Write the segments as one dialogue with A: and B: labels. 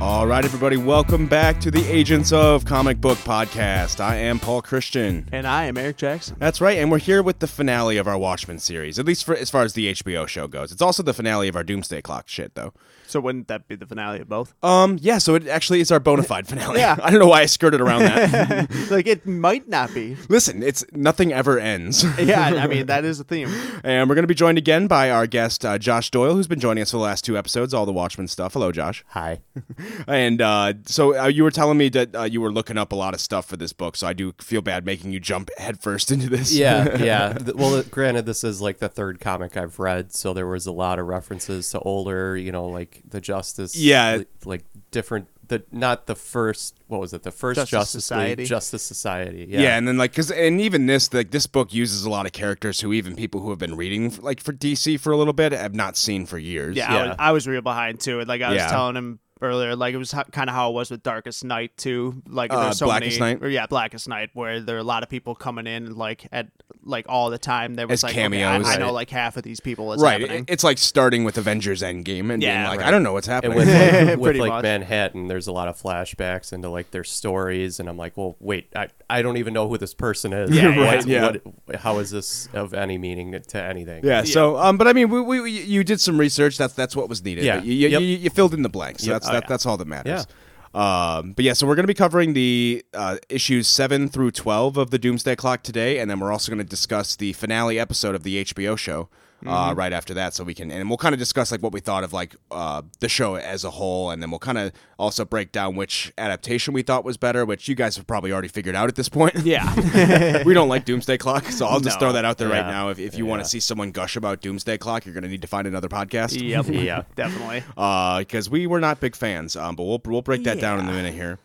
A: All right, everybody, welcome back to the Agents of Comic Book podcast. I am Paul Christian.
B: And I am Eric Jackson.
A: That's right, and we're here with the finale of our Watchmen series, at least for, as far as the HBO show goes. It's also the finale of our Doomsday Clock shit, though.
B: So wouldn't that be the finale of both? Oh,
A: Um, yeah, so it actually is our bona fide finale.
B: Yeah.
A: I don't know why I skirted around that.
B: like it might not be.
A: Listen, it's nothing ever ends.
B: Yeah, I mean that is a theme.
A: And we're going to be joined again by our guest, uh, Josh Doyle, who's been joining us for the last two episodes, all the Watchmen stuff. Hello, Josh.
C: Hi.
A: And uh, so uh, you were telling me that uh, you were looking up a lot of stuff for this book, so I do feel bad making you jump headfirst into this.
C: Yeah, yeah. Th- Well, th- granted, this is like the third comic I've read, so there was a lot of references to older, you know, like the Justice.
A: Yeah.
C: li- Like different. The not the first. What was it? The first
B: Justice
C: Justice,
B: Society.
C: League, Justice Society.
A: Yeah.
C: Yeah.
A: and then like, cause and even this, like, this book uses a lot of characters who even people who have been reading like for DC for a little bit have not seen for years.
B: Yeah, I,
C: Yeah.
B: was, I was real behind too. And like I was
A: Yeah.
B: telling him earlier, like it was ho- kind of how it was with Darkest Night too. Like
A: Uh,
B: there's so
A: Blackest
B: many,
A: Night?
B: Or, yeah, Blackest Night, where there are a lot of people coming in like at like all the time. There was
A: As
B: like okay, I-
A: cameos.
B: I, know
A: Right.
B: like half of these people. What's
A: right.
B: Happening.
A: It- it's like starting with Avengers Endgame and being
B: Yeah,
A: like,
B: right.
A: I don't know what's happening.
C: And with like, with
B: Pretty
C: like
B: much.
C: Manhattan, there's a lot of flashbacks into like their stories, and I'm like, well, wait, I, I don't even know who this person is.
B: Yeah,
C: What-
A: yeah.
C: what- how is this of any meaning to anything?
A: Yeah, So, um, but I mean, we, we we- you did some research. That's that's what was needed.
C: Yeah.
A: But You, you,
C: Yep.
A: you, you filled in the blanks. So
C: Yep.
A: That's
B: Oh,
A: that,
B: yeah.
A: that's all that matters. Um, but yeah, so we're going to be covering the uh, issues seven through twelve of the Doomsday Clock today, and then we're also going to discuss the finale episode of the HBO show uh, right after that. So we can and we'll kind of discuss like what we thought of like uh, the show as a whole, and then we'll kind of also break down which adaptation we thought was better, which you guys have probably already figured out at this point.
B: yeah,
A: we don't like Doomsday Clock, so I'll just
B: No.
A: throw that out there right
C: Yeah.
A: now. If, if you want to see someone gush about Doomsday Clock, you're going to need to find another podcast.
B: yep,
C: Yeah.
B: definitely.
A: Because we were not big fans, um, but we'll, we'll break that down in a minute here.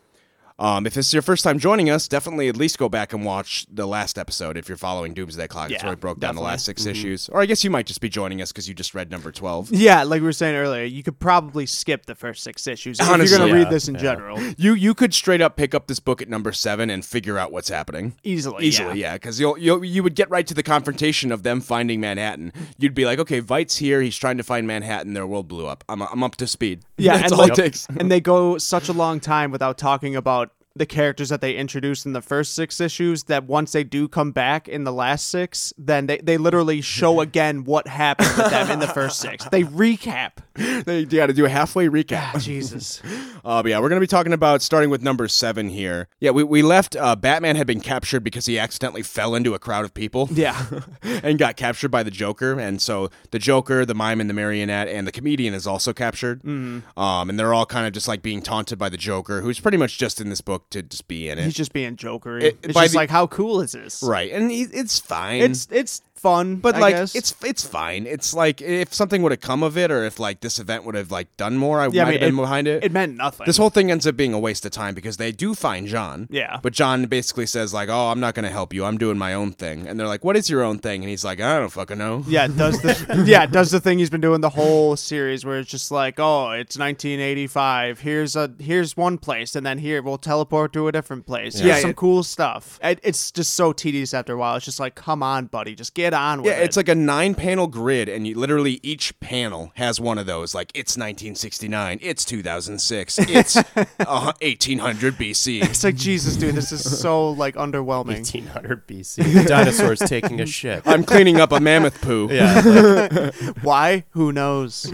A: Um, if this is your first time joining us, definitely at least go back and watch the last episode if you're following Doomsday Clock. That's
B: Yeah,
A: where we broke down the
B: definitely.
A: last 6 issues. Or I guess you might just be joining us because you just read number 12.
B: Yeah, like we were saying earlier, you could probably skip the first six issues if
A: Honestly,
B: you're gonna
C: yeah,
B: read this in
C: yeah.
B: general
A: You you could straight up pick up this book at number seven and figure out what's happening.
B: easily.
A: Easily, yeah, because you'll, you'll you would get right to the confrontation of them finding Manhattan. You'd be like, okay, Vite's here. He's trying to find Manhattan. Their world blew up. I'm, I'm up to speed.
B: Yeah,
A: that's
B: and
A: all
B: like-
A: it takes.
B: and they go such a long time without talking about the characters that they introduced in the first six issues that once they do come back in the last six, then they, they literally show again what happened with them in the first six. They recap.
A: they got to do a halfway recap.
B: Jesus.
A: Uh, but yeah, we're gonna be talking about starting with number seven here. Yeah, we we left. Uh, Batman had been captured because he accidentally fell into a crowd of people.
B: Yeah.
A: and got captured by the Joker. And so the Joker, the mime, and the marionette, and the comedian is also captured.
B: Mm-hmm.
A: Um, and they're all kind of just like being taunted by the Joker, who's pretty much just in this book to just be in it.
B: He's just being jokery.
A: It-
B: it's
A: by
B: just
A: the-
B: like how cool is this?
A: Right, and he, it's fine.
B: It's it's fun,
A: but
B: I
A: like
B: guess.
A: it's it's fine. It's like if something would have come of it, or if like this event would have like done more, I
B: Yeah, I
A: might
B: mean,
A: have been behind it.
B: it meant nothing.
A: this whole thing ends up being a waste of time because they do find John.
B: Yeah.
A: But John basically says like, "Oh, I'm not going to help you. I'm doing my own thing." And they're like, "What is your own thing?" And he's like, "I don't fucking know."
B: Yeah, it does the yeah it does the thing he's been doing the whole series where it's just like, oh, it's 1985. Here's a here's one place, and then here we'll teleport to a different place. Here's
A: Yeah,
B: some
A: it-
B: cool stuff. It, it's just so tedious after a while. It's just like, come on, buddy, just get on with
A: Yeah,
B: it.
A: it's like a nine-panel grid, and you, literally each panel has one of those. Like it's 1969, it's 2006, it's uh, 1800 BC.
B: it's like Jesus, dude, this is so like underwhelming.
C: 1800 BC. Dinosaurs taking a shit.
A: I'm cleaning up a mammoth poo.
C: Yeah.
B: Why? Who knows?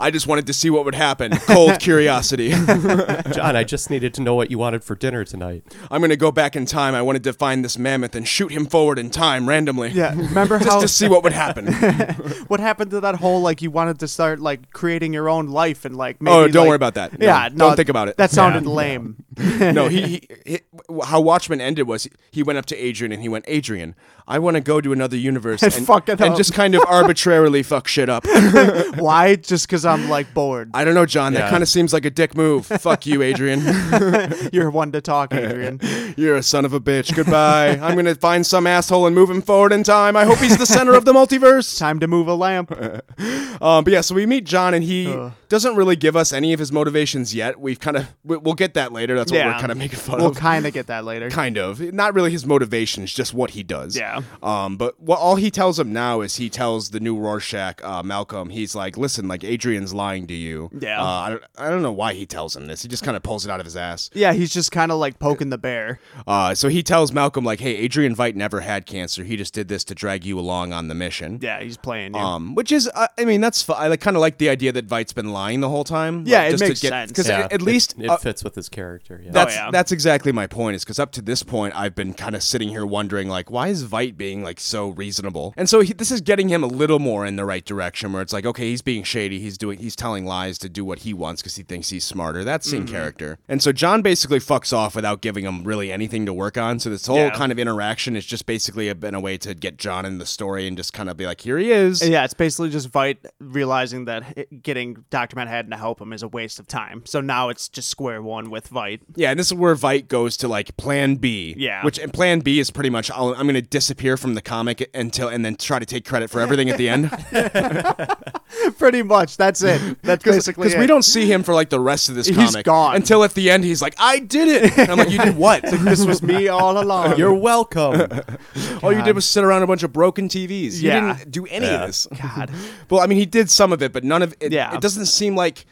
A: I just wanted to see what would happen. Cold curiosity.
C: John, I just needed to know what you wanted for dinner tonight.
A: I'm gonna go back in time. I wanted to find this mammoth and shoot him forward in time randomly.
B: Yeah, remember
A: Just
B: how
A: to see what would happen.
B: what happened to that whole like you wanted to start like creating your own life and like maybe,
A: oh, don't
B: like-
A: worry about that. No,
B: yeah, no,
A: don't think about it.
B: That sounded lame.
A: no. He, he, he how Watchmen ended was he, he went up to Adrian and he went, Adrian, I want to go to another universe and,
B: fuck it
A: and
B: up."
A: just kind of arbitrarily fuck shit up.
B: Why? Just because I'm like bored.
A: I don't know, John. That
C: Yeah.
A: kind of seems like a dick move. fuck you, Adrian.
B: You're one to talk, Adrian.
A: You're a son of a bitch. Goodbye. I'm gonna find some asshole and move him forward in time. I hope he's the center of the multiverse.
B: Time to move a lamp.
A: Um, but yeah,
B: Uh.
A: so we meet John, and he doesn't really give us any of his motivations yet. We've kind of we, we'll get that later. That's that's what
B: Yeah.
A: we're kind of making fun
B: We'll
A: of.
B: kind of get that later.
A: kind of not really his motivations just what he does
B: Yeah.
A: um but what all he tells him now is he tells the new rorschach uh malcolm he's like listen like adrian's lying to you
B: Yeah.
A: uh, I, don't, I don't know why he tells him this he just kind of pulls it out of his ass
B: Yeah, he's just kind of like poking the bear.
A: uh so he tells malcolm like hey adrian veidt never had cancer he just did this to drag you along on the mission
B: Yeah, he's playing you.
A: um, which is, uh, I mean, that's fi- I kind of like the idea that Veidt's been lying the whole time.
B: Yeah,
A: like,
B: it
A: just to
B: makes
A: get-
B: sense.
A: Because
C: Yeah,
A: at least
C: it, it
A: uh,
C: fits with his character. Yeah.
A: That's
B: Oh, yeah.
A: that's exactly my point. Is because up to this point, I've been kind of sitting here wondering, like, why is Vite being like so reasonable? And so he, this is getting him a little more in the right direction, where it's like, okay, he's being shady. He's doing he's telling lies to do what he wants because he thinks he's smarter. That's
B: Mm-hmm.
A: in character. And so John basically fucks off without giving him really anything to work on. So this whole
B: Yeah.
A: kind of interaction is just basically a, been a way to get John in the story and just kind of be like, here he is.
B: yeah, it's basically just Vite realizing that h- getting Dr. Manhattan to help him is a waste of time. So now it's just square one with Vite.
A: Yeah, and this is where Vite goes to like Plan B.
B: Yeah.
A: which and Plan B is pretty much I'll, I'm going to disappear from the comic until and then try to take credit for everything at the end
B: Pretty much. That's it. That's basically
A: because
B: it.
A: we don't see him for like the rest of this
B: He's
A: comic
B: gone.
A: until at the end he's like I did it. And I'm like you did what?
B: This was me all along.
C: You're welcome.
A: All you did was sit around a bunch of broken TVs. You
B: Yeah.
A: didn't do any
C: Yeah.
A: of this. God. well, I mean, he did some of it, but none of it.
B: Yeah.
A: It doesn't seem like.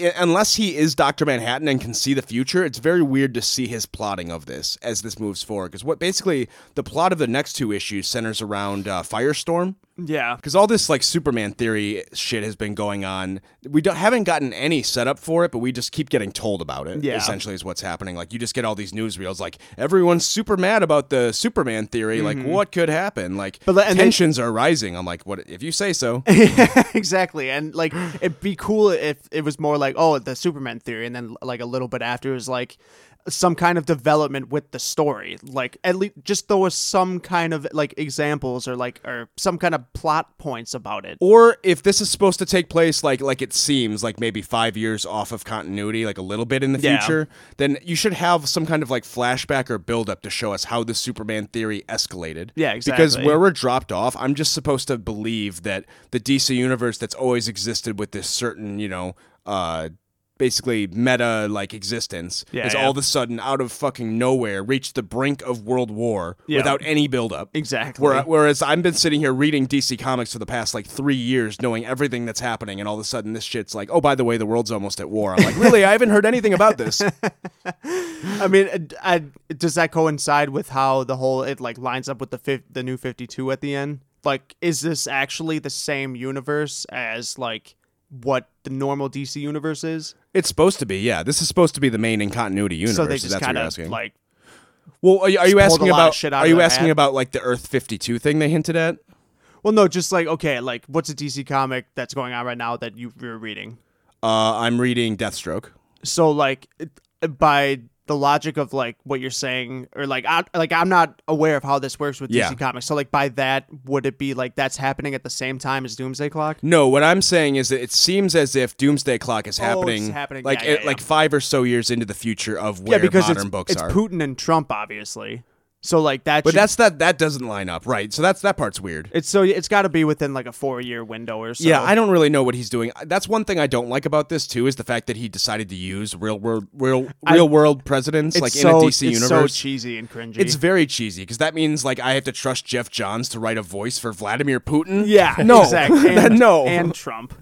A: i- Unless he is Doctor Manhattan and can see the future, it's very weird to see his plotting of this as this moves forward. Because what basically the plot of the next two issues centers around uh, Firestorm,
B: yeah.
A: because all this like Superman theory shit has been going on. We don't haven't gotten any setup for it, but we just keep getting told about it.
B: Yeah.
A: essentially is what's happening. Like you just get all these newsreels. Like everyone's super mad about the Superman theory. Like what could happen? Like
B: Mm-hmm. But the- and they-
A: tensions are rising. I'm like, what if you say so?
B: exactly. And like, it'd be cool if it was more like, oh, the Superman theory, and then like a little bit after it was like some kind of development with the story. Like, at least just throw us some kind of like examples or like or some kind of plot points about it.
A: or if this is supposed to take place like like it seems like maybe five years off of continuity like a little bit in the
B: Yeah.
A: future then you should have some kind of like flashback or build up to show us how the superman theory escalated
B: Yeah,
A: because
B: exactly.
A: where we're dropped off i'm just supposed to believe that the dc universe that's always existed with this certain you know uh basically meta like existence
B: Yeah,
A: has
B: yeah.
A: all of a sudden out of fucking nowhere reached the brink of world war
B: Yeah.
A: without any build up
B: Exactly.
A: Where, whereas I've been sitting here reading DC Comics for the past like three years, knowing everything that's happening, and all of a sudden this shit's like, oh, by the way, the world's almost at war. I'm like, really? I haven't heard anything about this.
B: I mean, uh, I, does that coincide with how the whole it like lines up with the fif- the new Fifty Two at the end? Like, is this actually the same universe as like what the normal DC universe is?
A: It's supposed to be, yeah. This is supposed to be the main in continuity universe.
B: so they
A: if
B: just
A: that's what
B: kind
A: you're
B: of
A: asking.
B: like
A: well, are you, are you
B: pulled a
A: asking
B: lot of
A: about?
B: shit out
A: are
B: of
A: you
B: their
A: asking
B: hat.
A: about like the Earth fifty two thing they hinted at?
B: Well, no, just like okay, like what's a DC comic that's going on right now that you, you're reading?
A: Uh, I'm reading Deathstroke.
B: So like it- by the logic of like what you're saying, or like I like I'm not aware of how this works with
A: Yeah.
B: DC comics. So like by that, would it be like that's happening at the same time as Doomsday Clock?
A: No, what I'm saying is that it seems as if Doomsday Clock is happening,
B: Oh, happening.
A: like
B: Yeah, yeah,
A: it- like
B: yeah.
A: five or so years into the future of where
B: yeah, because
A: modern
B: it's,
A: books
B: it's
A: are.
B: Putin and Trump, obviously. So like that,
A: but
B: should-
A: that's that that doesn't line up, right? So that's that part's weird.
B: it's so it's got to be within like a four year window or so.
A: Yeah, I don't really know what he's doing. That's one thing I don't like about this too is the fact that he decided to use real world, real, real world presidents
B: it's
A: like
B: so,
A: in a DC
B: it's
A: universe.
B: so cheesy and cringy.
A: it's very cheesy because that means like I have to trust Jeff Johns to write a voice for Vladimir Putin.
B: yeah,
A: no,
B: exactly.
A: That-
B: and,
A: no,
B: and Trump.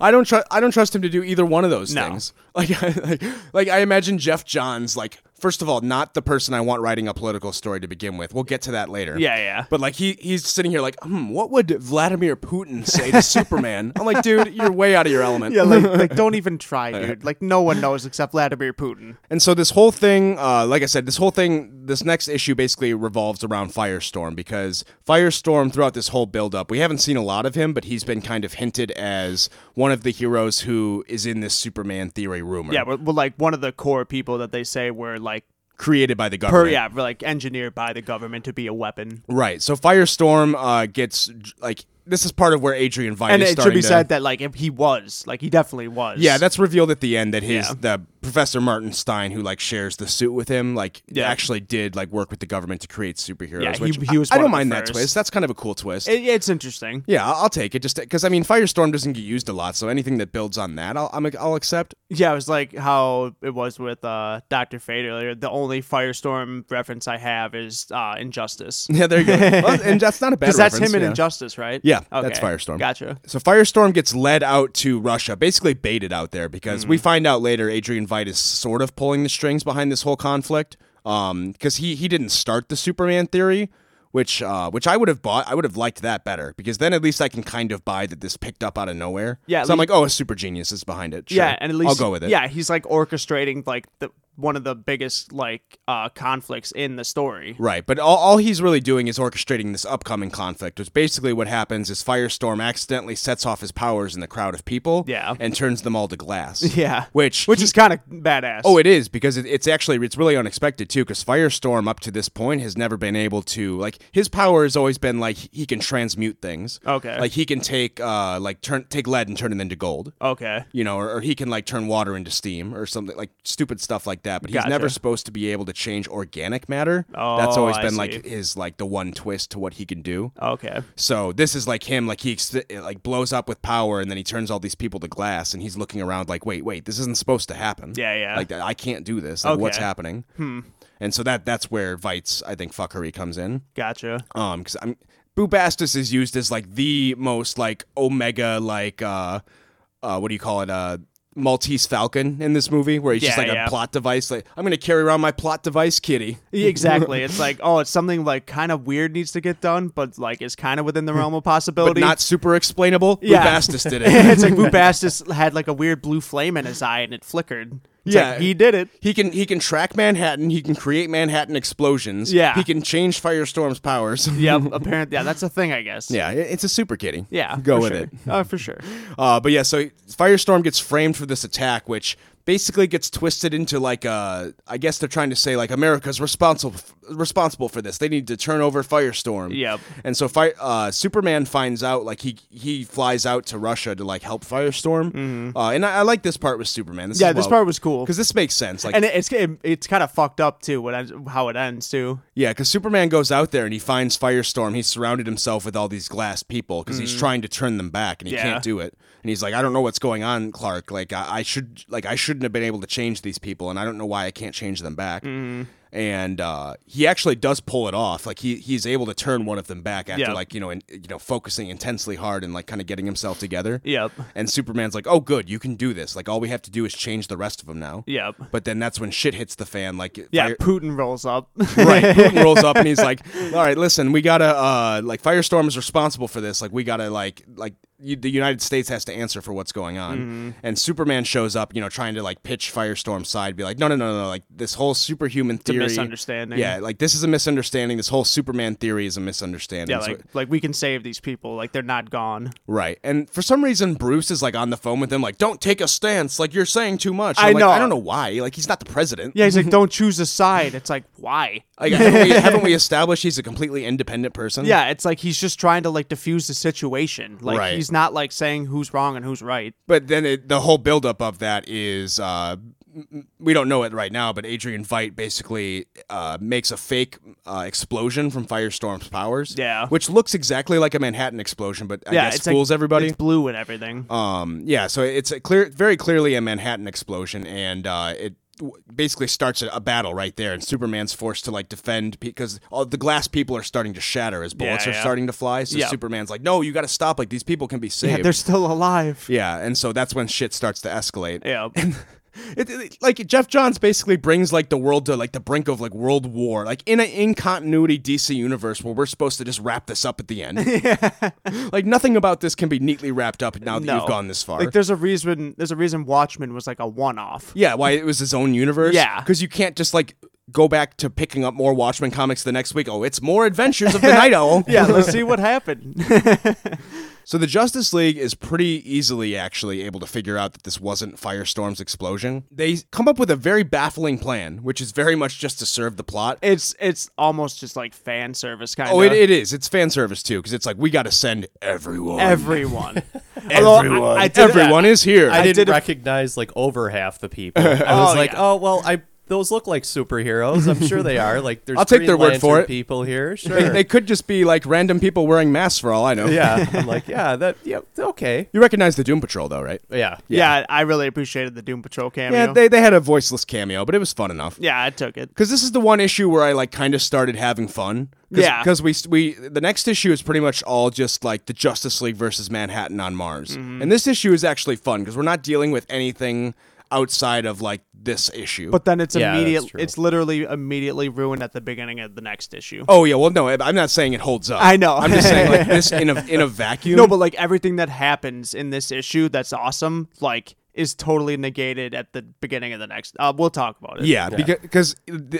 A: I don't trust. I don't trust him to do either one of those
B: No.
A: things. Like, I, like, like I imagine Jeff Johns like first of all not the person I want writing a political story to begin with. We'll get to that later.
B: Yeah, yeah.
A: But like he he's sitting here like, hmm, what would Vladimir Putin say to Superman? I'm like, dude, you're way out of your element.
B: Yeah, like, like don't even try, dude. Like no one knows except Vladimir Putin.
A: And so this whole thing, uh, like I said, this whole thing, this next issue basically revolves around Firestorm because Firestorm, throughout this whole buildup, we haven't seen a lot of him, but he's been kind of hinted as one of the heroes who is in this Superman theory rumor.
B: Yeah, we're, we're like one of the core people that they say were like
A: created by the
B: per
A: government.
B: yeah, we're like engineered by the government to be a weapon.
A: Right. So Firestorm uh, gets like this is part of where Adrian Veidt
B: And
A: is
B: it should
A: starting
B: be
A: to-
B: said that like if he was, like he definitely was.
A: Yeah, that's revealed at the end that his the Professor Martin Stein, who like shares the suit with him, like
B: Yeah.
A: actually did like work with the government to create superheroes.
B: Yeah, he-
A: which
B: he was
A: I, I don't
B: one of the
A: mind that
B: first.
A: twist. That's kind of a cool twist.
B: It, it's interesting.
A: yeah, I'll I'll take it. Just because I mean, Firestorm doesn't get used a lot, so anything that builds on that, I'll I'm, I'll accept.
B: Yeah, it was like how it was with uh, Doctor Fate earlier. The only Firestorm reference I have is uh, Injustice.
A: Yeah, there you go. Well, and that's not a bad.
B: Because that's
A: reference,
B: him in
A: yeah.
B: Injustice, right?
A: Yeah, that's Firestorm.
B: Gotcha.
A: So Firestorm gets led out to Russia, basically baited out there because
B: Hmm.
A: we find out later Adrian Veidt is sort of pulling the strings behind this whole conflict. Um, because he he didn't start the Superman theory, which uh which I would have bought. I would have liked that better because then at least I can kind of buy that this picked up out of nowhere.
B: Yeah,
A: So
B: at
A: I'm like, oh, a super genius is behind it. Sure.
B: Yeah, and at least
A: I'll go with it.
B: Yeah, he's like orchestrating like the one of the biggest like uh, conflicts in the story.
A: Right, but all, all he's really doing is orchestrating this upcoming conflict, which basically what happens is Firestorm accidentally sets off his powers in the crowd of people
B: Yeah.
A: and turns them all to glass.
B: Yeah,
A: Which
B: which
A: he-
B: is kind of badass.
A: Oh, it is because it, it's actually it's really unexpected too. Because Firestorm up to this point has never been able to like his power has always been like he can transmute things.
B: Okay.
A: like he can take uh like turn take lead and turn it into gold.
B: okay.
A: You know, or, or he can like turn water into steam or something like stupid stuff like that. But he's
B: Gotcha.
A: never supposed to be able to change organic matter.
B: Oh,
A: That's always
B: I
A: been
B: see.
A: like his like the one twist to what he can do.
B: Okay.
A: So this is like him, like he ex- like blows up with power, and then he turns all these people to glass, and he's looking around like, wait, wait, this isn't supposed to happen.
B: Yeah, yeah.
A: Like I can't do this. Like, What's
B: Okay.
A: happening? Hmm. And so that that's where Vite's I think fuckery comes in.
B: Gotcha.
A: Um, because I'm Bubastis is used as like the most like omega like uh, uh, what do you call it uh. Maltese Falcon in this movie, where he's just
B: Yeah,
A: like a
B: yeah.
A: plot device. Like I'm gonna carry around my plot device, kitty.
B: Exactly. It's like, oh, it's something like kind of weird needs to get done, but like is kind of within the realm
A: Hmm.
B: of
A: But
B: possibility.
A: not super explainable.
B: Yeah.
A: Bubastis did it.
B: it's like Bubastis had like a weird blue flame in his eye and it flickered. It's
A: Yeah.
B: like, he did it.
A: He can he can track Manhattan. He can create Manhattan explosions.
B: Yeah.
A: He can change Firestorm's powers.
B: Yeah, apparently, yeah, that's a thing, I guess.
A: yeah, it- it's a super kitty.
B: yeah,
A: go
B: for
A: with
B: sure.
A: it.
B: Uh, for sure.
A: Uh, but yeah, so Firestorm gets framed for this attack, which basically gets twisted into like a. I guess they're trying to say like America's responsible responsible for this. They need to turn over Firestorm.
B: Yep.
A: And so Fire uh, Superman finds out like he he flies out to Russia to like help Firestorm. Uh, and I, I like this part with Superman. This
B: Mm-hmm. Yeah, this part was cool,
A: because this makes sense. Like
B: and it, it's it, it's kind of fucked up too. What ends- how it ends too.
A: Yeah, because Superman goes out there and he finds Firestorm. He's surrounded himself with all these glass people because he's trying to turn them back and he
B: Mm. Yeah.
A: can't do it. And he's like, I don't know what's going on, Clark. Like I, I should, like I shouldn't have been able to change these people, and I don't know why I can't change them back.
B: Mm-hmm.
A: And uh, he actually does pull it off. Like he he's able to turn one of them back after
B: Yeah.
A: like you know and you know focusing intensely hard and like kind of getting himself together.
B: Yep.
A: And Superman's like, Oh, good, you can do this. Like all we have to do is change the rest of them now.
B: Yep.
A: But then that's when shit hits the fan. Like
B: Yeah,
A: Fire-
B: Putin rolls up.
A: right putin rolls up and he's like all right listen we gotta uh like firestorm is responsible for this like we gotta like like you, the united states has to answer for what's going on
B: Mm-hmm.
A: and superman shows up you know trying to like pitch firestorm's side be like no no no no like this whole superhuman
B: a
A: theory
B: misunderstanding.
A: yeah like this is a misunderstanding this whole superman theory is a misunderstanding
B: Yeah,
A: So-
B: like like we can save these people. Like they're not gone.
A: right and for some reason bruce is like on the phone with him like don't take a stance like you're saying too much
B: I
A: I'm like,
B: know.
A: i don't know why like he's not the president
B: Yeah, he's like, don't choose a side. It's like, why?
A: like, haven't, we, haven't we established he's a completely independent person
B: Yeah, it's like he's just trying to like diffuse the situation. Like
A: Right.
B: he's not like saying who's wrong and who's right.
A: But then it, the whole buildup of that is uh, m- m- we don't know it right now, but Adrian Veidt basically uh, makes a fake uh, explosion from Firestorm's powers.
B: Yeah.
A: Which looks exactly like a Manhattan explosion, but I
B: yeah,
A: guess
B: it's like-
A: fools everybody.
B: It's blue and everything.
A: Um, yeah, so it's a clear, very clearly a Manhattan explosion, and uh, it w- basically starts a, a battle right there. And Superman's forced to like defend because all the glass people are starting to shatter as bullets
B: Yeah,
A: are
B: yeah.
A: starting to fly. So
B: Yeah.
A: Superman's like, "No, you got to stop! Like these people can be saved."
B: yeah, they're still alive.
A: Yeah, and so that's when shit starts to escalate.
B: Yeah.
A: It, it- like Jeff Johns basically brings like the world to like the brink of like world war, like in an in continuity DC universe where we're supposed to just wrap this up at the end. Like nothing about this can be neatly wrapped up now that
B: No.
A: you've gone this far.
B: Like there's a reason there's a reason Watchmen was like a one off.
A: yeah, why it was his own universe.
B: Yeah.
A: because you can't just like go back to picking up more Watchmen comics the next week. Oh, it's more Adventures of the Night Owl.
B: Yeah, let's see what happened.
A: So the Justice League is pretty easily actually able to figure out that this wasn't Firestorm's explosion. They come up with a very baffling plan, which is very much just to serve the plot.
B: It's it's almost just like fan service kind
A: Oh, it,
B: of
A: it is. It's fan service too, because it's like we got to send everyone.
B: everyone. Although I-
A: everyone,
B: I did-
A: everyone is here.
C: I,
B: I
C: didn't
B: did a-
C: recognize like over half the people. I was
B: Oh,
C: like,
B: yeah.
C: oh well, I those look like superheroes. I'm sure they are. Like, there's
A: I'll take
C: Green
A: their word for
C: Lantern
A: it.
C: People here, sure.
A: they, they could just be like random people wearing masks for all I know.
C: yeah, I'm like, yeah, that, yeah, okay,
A: You recognize the Doom Patrol though, right?
C: yeah,
A: Yeah.
B: Yeah. I really appreciated the Doom Patrol cameo.
A: Yeah, they, they had a voiceless cameo, but it was fun enough.
B: yeah, I took it.
A: Because this is the one issue where I like kind of started having fun. Cause,
B: Yeah.
A: Because we we the next issue is pretty much all just like the Justice League versus Manhattan on Mars,
B: Mm-hmm.
A: and this issue is actually fun because we're not dealing with anything outside of like this issue.
B: But then it's
C: Yeah, that's
B: immediate.
C: true.
B: It's literally immediately ruined at the beginning of the next issue.
A: oh yeah, well no, I- I'm not saying it holds up.
B: I know.
A: I'm just saying like this in a in a vacuum.
B: No, but like everything that happens in this issue that's awesome, like is totally negated at the beginning of the next. Uh, we'll talk about it.
A: Yeah, because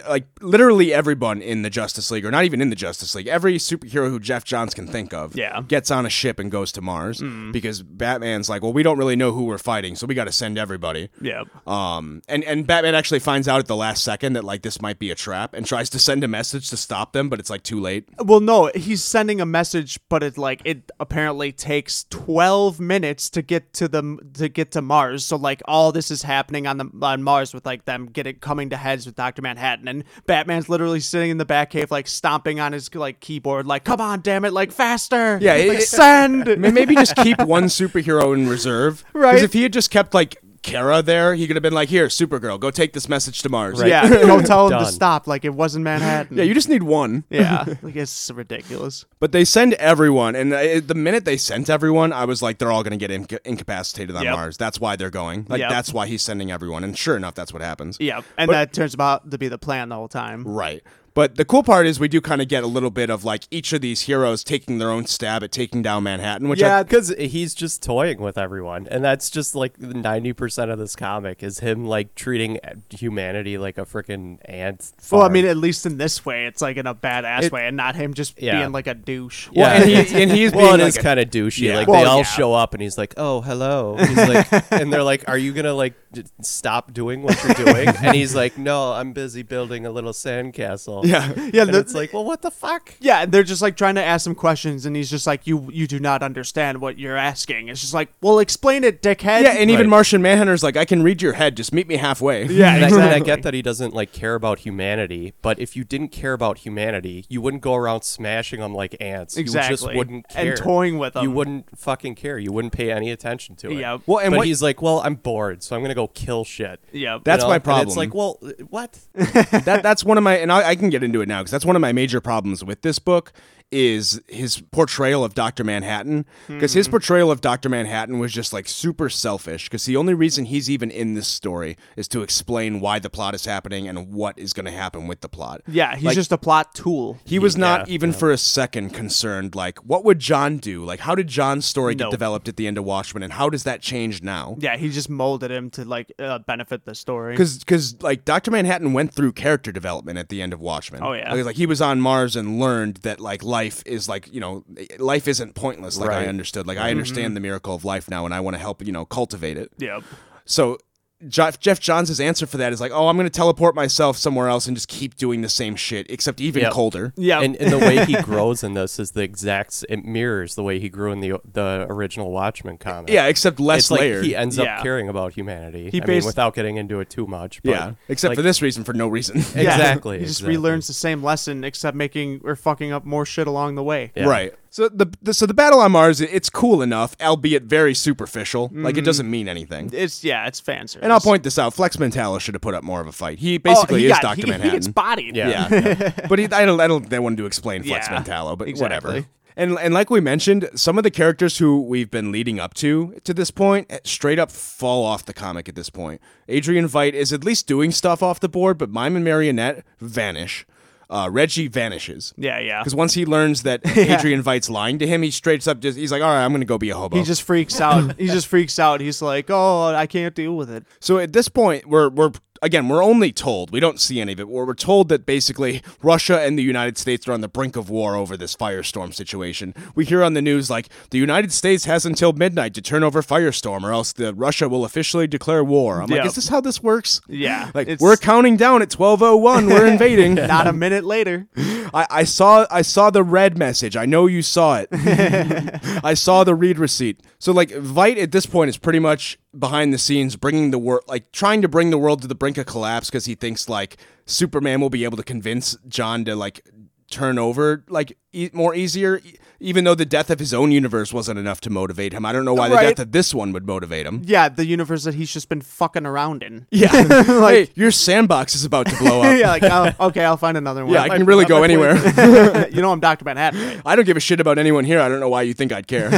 A: like literally everyone in the Justice League, or not even in the Justice League, every superhero who Jeff Johns can think of,
B: Yeah. Mm.
A: gets on a ship and goes to Mars because Batman's like, well, we don't really know who we're fighting, so we got to send everybody.
B: Yeah.
A: Um, and and Batman actually finds out at the last second that like this might be a trap and tries to send a message to stop them, but it's like too late.
B: Well, no, he's sending a message, but it like it apparently takes twelve minutes to get to the to get to Mars. So like all this is happening on the on Mars with like them getting coming to heads with Doctor Manhattan, and Batman's literally sitting in the Batcave like stomping on his like keyboard, like "Come on, damn it, like faster,
A: Yeah,
B: like,
A: it-
B: send."
A: May- Maybe just keep one superhero in reserve,
B: Right.
A: Because if he had just kept like Kara there, he could have been like, here, Supergirl, go take this message to Mars.
C: Right.
B: Yeah, go tell him to
C: Done.
B: stop. Like it wasn't Manhattan.
A: Yeah, you just need one.
B: yeah, like it's ridiculous.
A: But they send everyone, and I, the minute they sent everyone, I was like, they're all going to get inca- incapacitated on
B: Yep.
A: Mars. That's why they're going. Like,
B: Yep.
A: that's why he's sending everyone. And sure enough, that's what happens.
B: Yeah, and that turns out to be the plan the whole time.
A: Right. But the cool part is we do kind of get a little bit of like each of these heroes taking their own stab at taking down Manhattan, which
C: yeah, because he's just toying with everyone, and that's just like ninety percent of this comic is him like treating humanity like a freaking ant.
B: Well, I
C: farm.
B: mean, at least in this way, it's like in a badass
C: It-
B: way, and not him just
C: Yeah.
B: being like a douche.
A: I,
C: yeah,
A: and, he, and he's
C: well,
A: being
C: it
A: like
C: is
A: a-
C: kind of douchey.
A: Yeah.
C: Like
B: Well,
C: they all
B: yeah.
C: show up, and he's like, "Oh, hello," he's like, and they're like, "Are you gonna like d- stop doing what you're doing?" And he's like, "No, I'm busy building a little sandcastle."
A: Yeah.
B: Yeah,
C: and
B: the-
C: it's like, "Well, what the fuck?"
B: Yeah, and they're just like trying to ask him questions, and he's just like, "You, you do not understand what you're asking." It's just like, "Well, explain it, dickhead."
A: Yeah, and even
C: Right.
A: Martian Manhunter's like, I can read your head, just meet me halfway.
B: yeah,
C: And I,
B: exactly.
C: and I get that he doesn't like care about humanity, but if you didn't care about humanity, you wouldn't go around smashing them like ants. You
B: Exactly.
C: just wouldn't
B: And
C: care.
B: toying with
C: You
B: 'em.
C: wouldn't fucking care. You wouldn't pay any attention to it.
B: Yep.
A: Well, and
C: but
A: what-
C: he's like, well, I'm bored, so I'm gonna go kill shit.
B: Yeah,
A: That's
C: You know?
A: my
C: And
A: problem.
C: it's like, well, uh, what?
A: that that's one of my and I, I can get into it now because that's one of my major problems with this book is his portrayal of Doctor Manhattan because
B: Hmm.
A: his portrayal of Doctor Manhattan was just like super selfish because the only reason he's even in this story is to explain why the plot is happening and what is going to happen with the plot.
B: yeah. He's
A: Like,
B: just a plot tool.
A: He was not
C: Yeah,
A: even for a second concerned, like, what would John do? Like, how did John's story get
B: No.
A: developed at the end of Watchmen, and how does that change now?
B: Yeah, he just molded him to like uh, benefit the story.
A: because because like Doctor Manhattan went through character development at the end of Watchmen.
B: Oh, yeah.
A: like, like, he was on Mars and learned that like life is like you know life isn't pointless. Like I
C: Right.
A: understood. Like
B: Mm-hmm.
A: I understand the miracle of life now, and I want to help you know cultivate it.
B: Yep.
A: So. Jeff, Jeff Johns' answer for that is like, oh, I'm going to teleport myself somewhere else and just keep doing the same shit, except even
C: Yep.
A: colder.
B: Yeah.
C: And, and the way he grows in this is the exact. s- It mirrors the way he grew in the the original Watchmen comic.
A: Yeah, except less
C: It's like
A: layered.
C: he ends
B: Yeah.
C: up caring about humanity.
B: He
C: I mean,
B: based-
C: without getting into it too much. But
A: yeah, except
C: like,
A: for this reason, for no reason.
B: Yeah,
C: Exactly.
B: He just
C: exactly.
B: relearns the same lesson, except making or fucking up more shit along the way.
C: Yeah.
A: Right. So the, the so the battle on Mars, it's cool enough, albeit very superficial. Like
B: Mm-hmm.
A: it doesn't mean anything.
B: It's yeah, it's fan service. Oh,
A: And I'll point this out: Flex Mentalis should have put up more of a fight. He basically
B: he
A: is
B: got-
A: Doctor
B: he-
A: Manhattan.
B: He gets bodied.
A: yeah, but he, I don't. I don't. They wanted to explain Flex
B: Yeah,
A: Mentallo, but whatever.
B: exactly.
A: And and like we mentioned, some of the characters who we've been leading up to to this point eh, straight up fall off the comic at this point. Adrian Veidt is at least doing stuff off the board, but Mime and Marionette vanish. Uh, Reggie vanishes.
B: Yeah, yeah.
A: Because once he learns that Adrian Veidt's lying to him, he straight up just he's like, "All right, I'm gonna go be a hobo."
B: He just freaks out. he just freaks out. He's like, "Oh, I can't deal with it."
A: So at this point, we're we're again, we're only told, we don't see any of it. We're, we're told that basically Russia and the United States are on the brink of war over this firestorm situation. We hear on the news, like, the United States has until midnight to turn over Firestorm or else the Russia will officially declare war. I'm
B: Yeah.
A: like, is this how this works?
B: Yeah,
A: Like,
B: it's-
A: we're counting down at 1201. We're invading.
B: Not a minute later.
A: I, I saw I saw the red message. I know you saw it. I saw the read receipt. So like Vite at this point is pretty much behind the scenes bringing the world like trying to bring the world to the brink of collapse because he thinks like Superman will be able to convince John to like turn over like e- more easier e- even though the death of his own universe wasn't enough to motivate him. I don't know why the
B: Right.
A: death of this one would motivate him.
B: Yeah, the universe that he's just been fucking around in.
A: Yeah. hey, your sandbox is about to blow up.
B: yeah, like oh, okay, I'll find another one.
A: yeah, I can really
C: I'm
A: go
C: like, wait.
A: anywhere.
B: you know I'm Doctor Manhattan. Right?
A: I don't give a shit about anyone here. I don't know why you think I'd care.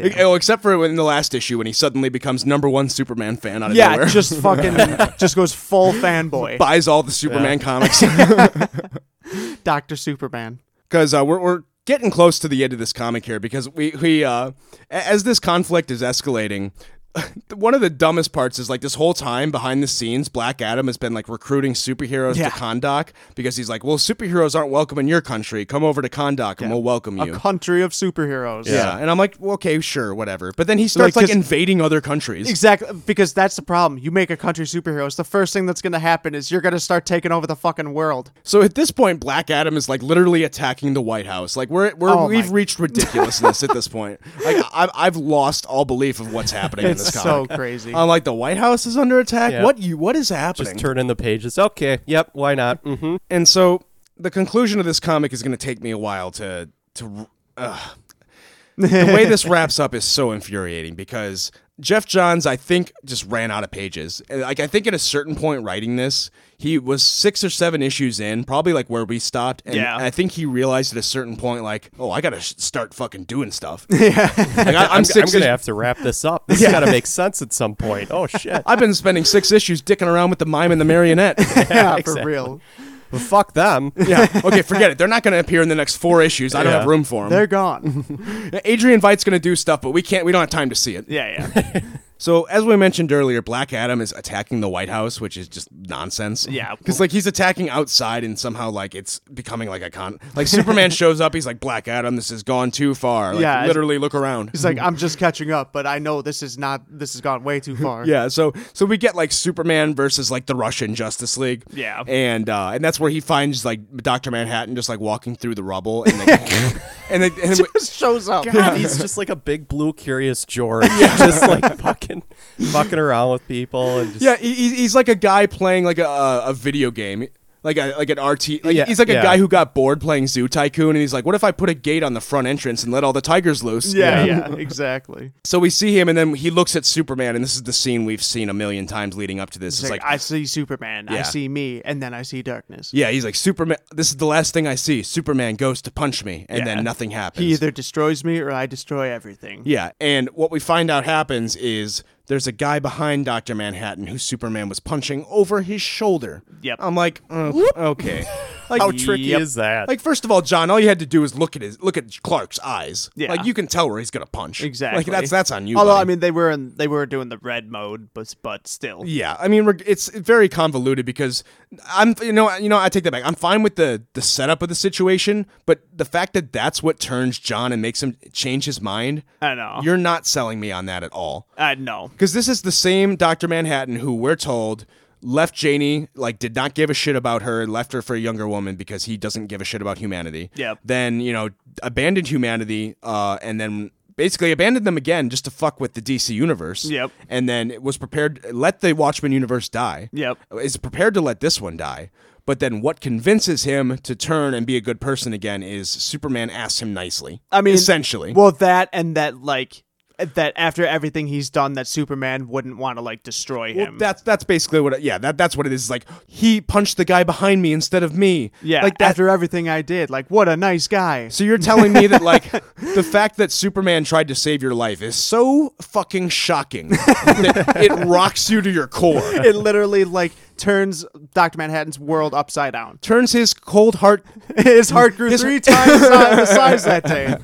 A: E-
B: damn.
A: Oh, except for in the last issue when he suddenly becomes number one Superman fan out of
B: Yeah,
A: nowhere.
B: just fucking just goes full fanboy.
A: buys all the Superman comics
B: Doctor Superman.
A: because uh, we're we're getting close to the end of this comic here because we we uh, a- as this conflict is escalating. One of the dumbest parts is like this whole time behind the scenes, Black Adam has been like recruiting superheroes
B: Yeah.
A: to Kondak because he's like, well, superheroes aren't welcome in your country. Come over to Kondak and we'll welcome you.
B: A country of superheroes.
A: yeah. and I'm like, well, okay, sure, whatever. But then he starts like,
B: 'cause-
A: invading other countries.
B: Exactly, because that's the problem. You make a country superheroes, the first thing that's going to happen is you're going to start taking over the fucking world.
A: So at this point, Black Adam is like literally attacking the White House. Like we're, we're
B: Oh my-
A: we've reached ridiculousness at this point. Like I've, I've lost all belief of what's happening in
B: It's
A: this
B: so
A: comic.
B: crazy.
A: I'm like the White House is under attack.
C: Yeah.
A: What you what is
C: Just
A: happening?
C: turn in the pages. Okay. Yep. Why not? Mm-hmm.
A: and so the conclusion of this comic is going to take me a while to to uh, the way this wraps up is so infuriating because Jeff Johns I think just ran out of pages. And, Like I think at a certain point writing this, he was 6 or 7 issues in, probably like where we stopped and
B: Yeah.
A: I think he realized at a certain point like, "Oh, I got to sh- start fucking doing stuff." Yeah. Like, I, I'm,
C: I'm,
A: 6
C: I'm gonna
A: issues-
C: have to wrap this up. This has got to make sense at some point. Oh shit!
A: I've been spending 6 issues dicking around with the mime and the marionette.
B: yeah,
C: exactly.
B: for real.
C: Well, fuck them.
A: yeah. Okay, forget it. They're not going to appear in the next 4 issues. I don't
C: Yeah.
A: have room for them.
B: They're gone.
A: Adrian Vite's going to do stuff, but we can't. We don't have time to see it.
B: yeah, yeah.
A: So, as we mentioned earlier, Black Adam is attacking the White House, which is just nonsense.
B: Yeah.
A: because like he's attacking outside, and somehow like it's becoming like a con. Like Superman shows up, he's like Black Adam. This has gone too far. Like,
B: Yeah, it's-
A: literally, look around.
B: He's like, I'm just catching up, but I know this is not, this has gone way too far.
A: Mm. Yeah, so so we get like Superman versus like the Russian Justice League.
B: Yeah.
A: and uh, and that's where he finds like Doctor Manhattan just like walking through the rubble, and they, and, they, and
B: Just shows up.
C: God, he's just like a big blue curious George, just like fucking fucking around with people and just
A: Yeah, he, he- he's like a guy playing like a a video game. Like a like an RT, like
C: Yeah,
A: he's like a
C: yeah.
A: guy who got bored playing Zoo Tycoon, and he's like, "What if I put a gate on the front entrance and let all the tigers loose?"
B: Yeah, yeah, exactly.
A: So we see him, and then he looks at Superman, and this is the scene we've seen a million times leading up to this.
B: It's
A: It's
B: like,
A: like,
B: I see Superman, I
A: Yeah.
B: see me, and then I see darkness.
A: yeah, he's like Superman. This is the last thing I see. Superman goes to punch me, and then nothing happens.
B: He either destroys me or I destroy everything.
A: Yeah, and what we find out happens is there's a guy behind Dr. Manhattan who Superman was punching over his shoulder.
B: Yep.
A: I'm like, uh, okay. Like,
C: how tricky
B: Yep.
C: is that?
A: Like first of all, John, all you had to do was look at his look at Clark's eyes.
B: Yeah.
A: Like you can tell where he's gonna punch.
B: Exactly.
A: Like that's that's on you.
B: Although
A: buddy.
B: I mean, they were in, they were doing the red mode, but but still,
A: yeah, I mean reg- it's very convoluted because I'm you know you know I take that back. I'm fine with the the setup of the situation, but the fact that that's what turns John and makes him change his mind,
B: I know.
A: you're not selling me on that at all.
B: I know.
A: Because this is the same Dr. Manhattan who we're told left Janie, like, did not give a shit about her, left her for a younger woman because he doesn't give a shit about humanity.
B: Yep.
A: Then, you know, abandoned humanity uh, and then basically abandoned them again just to fuck with the DC universe.
B: Yep.
A: And then it was prepared, let the Watchmen universe die.
B: Yep.
A: Is prepared to let this one die. But then what convinces him to turn and be a good person again is Superman asks him nicely.
B: I mean,
A: essentially.
B: Well, that and that like that after everything he's done, that Superman wouldn't want to like destroy
A: Well,
B: him.
A: that's that's basically what. It, yeah, that that's what it is. It's Like he punched the guy behind me instead of me.
B: yeah,
A: like
B: like
A: that.
B: after everything I did, like what a nice guy.
A: So you're telling me that like the fact that Superman tried to save your life is so fucking shocking that it rocks you to your core.
B: It literally like turns Doctor Manhattan's world upside down.
A: Turns his cold heart.
B: His heart grew
A: His-
B: three times the size- the size that day.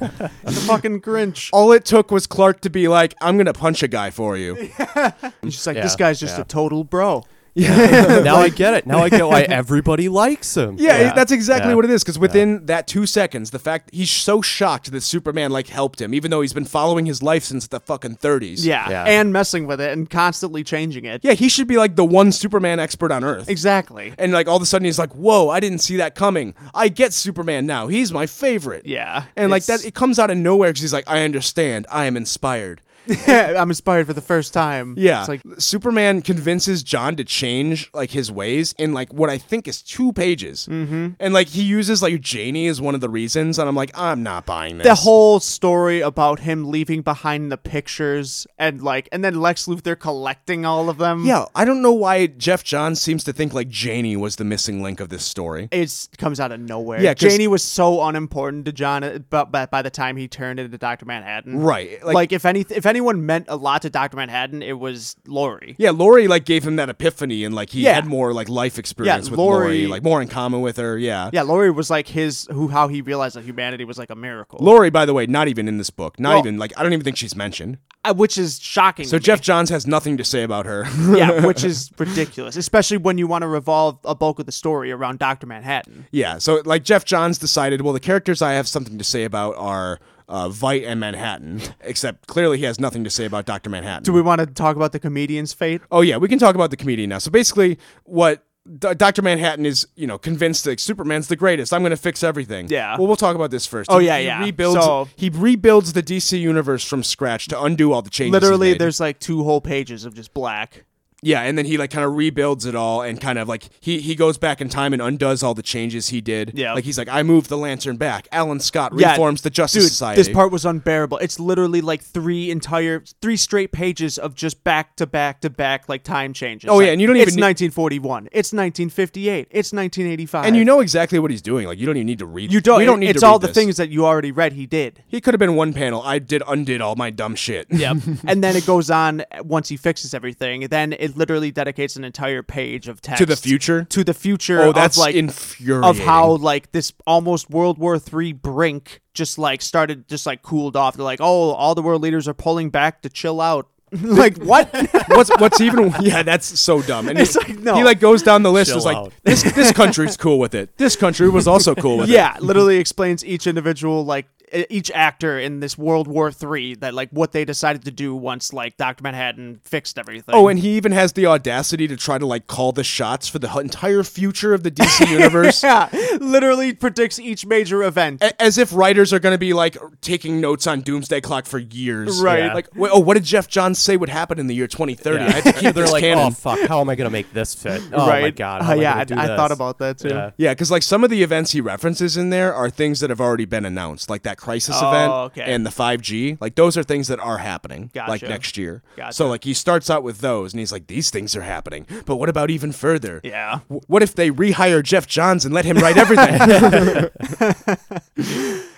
B: The fucking Grinch.
A: All it took was Clark to be like, "I'm gonna punch a guy for you."
B: And she's like,
C: Yeah,
B: this guy's just
C: yeah.
B: a total bro.
C: Yeah. now I get it. Now I get why everybody likes him.
A: Yeah, that's exactly
C: Yeah.
A: what it is. Because within that two seconds, the fact he's so shocked that Superman like helped him, even though he's been following his life since the fucking thirties.
B: Yeah.
C: Yeah.
B: And messing with it and constantly changing it.
A: yeah, he should be like the one Superman expert on Earth.
B: Exactly.
A: And like all of a sudden he's like, "Whoa, I didn't see that coming. I get Superman now. He's my favorite."
B: Yeah.
A: and like
B: It's-
A: that, it comes out of nowhere because he's like, "I understand. I am inspired."
B: I'm inspired for the first time.
A: Yeah.
B: It's like
A: Superman convinces John to change like his ways in like what I think is two pages. Mm-hmm. And like he uses like Janie as one of the reasons, and I'm like, I'm not buying this.
B: the whole story about him leaving behind the pictures and like and then Lex Luthor collecting all of them.
A: yeah, I don't know why Jeff Johns seems to think like Janie was the missing link of this story.
B: It comes out of nowhere.
A: Yeah, 'cause-
B: Janie was so unimportant to John, uh, but by, by the time he turned into Doctor Manhattan,
A: Right, like-
B: Like, if any, if anyone meant a lot to Doctor Manhattan, it was Laurie.
A: Yeah, Laurie like gave him that epiphany, and like he
B: Yeah.
A: had more like life experience with Laurie,
B: Laurie-
A: like more in common with her. Yeah,
B: Yeah, Laurie was like his who how he realized that humanity was like a miracle,
A: Laurie, by the way, not even in this book. Not
B: Well-
A: even like I don't even think she's mentioned.
B: Uh, which is shocking.
A: So
B: to me.
A: Jeff Johns has nothing to say about her.
B: yeah, which is ridiculous, especially when you want to revolve a bulk of the story around Doctor Manhattan.
A: Yeah, so like Jeff Johns decided, well, the characters I have something to say about are uh, Vite and Manhattan, except clearly he has nothing to say about Dr. Manhattan.
B: Do we want to talk about the comedian's fate?
A: oh, yeah, we can talk about the comedian now. So basically, what D- Dr. Manhattan is, you know, convinced that Superman's the greatest. I'm going to fix everything.
B: Yeah.
A: Well, we'll talk about this first.
B: Oh,
A: He-
B: yeah,
A: he
B: yeah.
A: Rebuilds,
B: So-
A: he rebuilds the DC universe from scratch to undo all the changes. he's
B: Literally,
A: made.
B: there's like two whole pages of just black.
A: Yeah, and then he like kind of rebuilds it all and kind of like he he goes back in time and undoes all the changes he did.
B: Yeah.
A: Like he's like, I moved the lantern back. Alan Scott
B: Yeah,
A: reforms the Justice
B: Dude,
A: Society.
B: this part was unbearable. It's literally like three entire, three straight pages of just back to back to back like time changes.
A: Oh, yeah,
B: Like,
A: and you don't
B: it's
A: even need-
B: 1941. It's 1958. It's 1985.
A: and you know exactly what he's doing. Like you don't even need to read.
B: you don't.
A: We don't need.
B: It's
A: to
B: all
A: read
B: the
A: this.
B: things that you already read. He did.
A: He could have been one panel. I did undid all my dumb shit. Yeah.
B: and then it goes on once he fixes everything. Then it literally dedicates an entire page of text
A: to the future.
B: To the future.
A: Oh, that's
B: of like
A: infuriating.
B: of how like this almost World War Three brink just like started just like cooled off. They're like, oh, all the world leaders are pulling back to chill out. like what?
A: what's what's even yeah that's so dumb and
B: It's
A: he,
B: like, no.
A: he like goes down the list
C: Chill
A: is like
C: out.
A: this this country's cool with it this country was also cool with it
B: yeah, literally explains each individual like e- each actor in this World War Three that like what they decided to do once like Doctor Manhattan fixed everything.
A: Oh, and he even has the audacity to try to like call the shots for the hu- entire future of the DC universe.
B: yeah, literally predicts each major event.
A: A- As if writers are going to be like taking notes on Doomsday Clock for years,
B: Right.
C: Yeah.
A: Like, wait, oh, what did Jeff Johns say would happen in the year 2030? I
C: Yeah.
A: have to keep
C: They're
A: this
C: like,
A: canon.
C: oh fuck, how am I gonna make this fit? Oh my
B: right?
C: god.
B: Uh,
C: how am
B: yeah,
C: I, gonna do
B: I, I
C: this?
B: thought about that too.
C: Yeah.
A: Yeah, because like some of the events he references in there are things that have already been announced, like that crisis
B: Oh,
A: event
B: okay.
A: and the 5G. Like those are things that are happening, like
B: Gotcha.
A: next year.
B: Gotcha.
A: So like he starts out with those, and he's like, "These things are happening." But what about even further?
B: Yeah.
A: W- what if they rehire Jeff Johns and let him write everything? and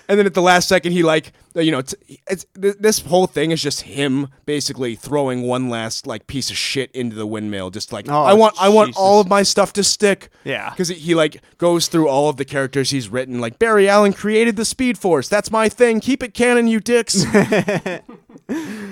A: then at the last second, he like uh, you know t- it's, th- this whole thing is just him basically throwing one last like piece of shit into the windmill. Just like
B: Oh,
A: I want, I want
B: Jesus.
A: all of my stuff to stick.
B: Yeah.
A: because he like goes through all of the characters he's written. Like Barry Allen created the Speed Force. That's my thing. Keep it canon, you dicks.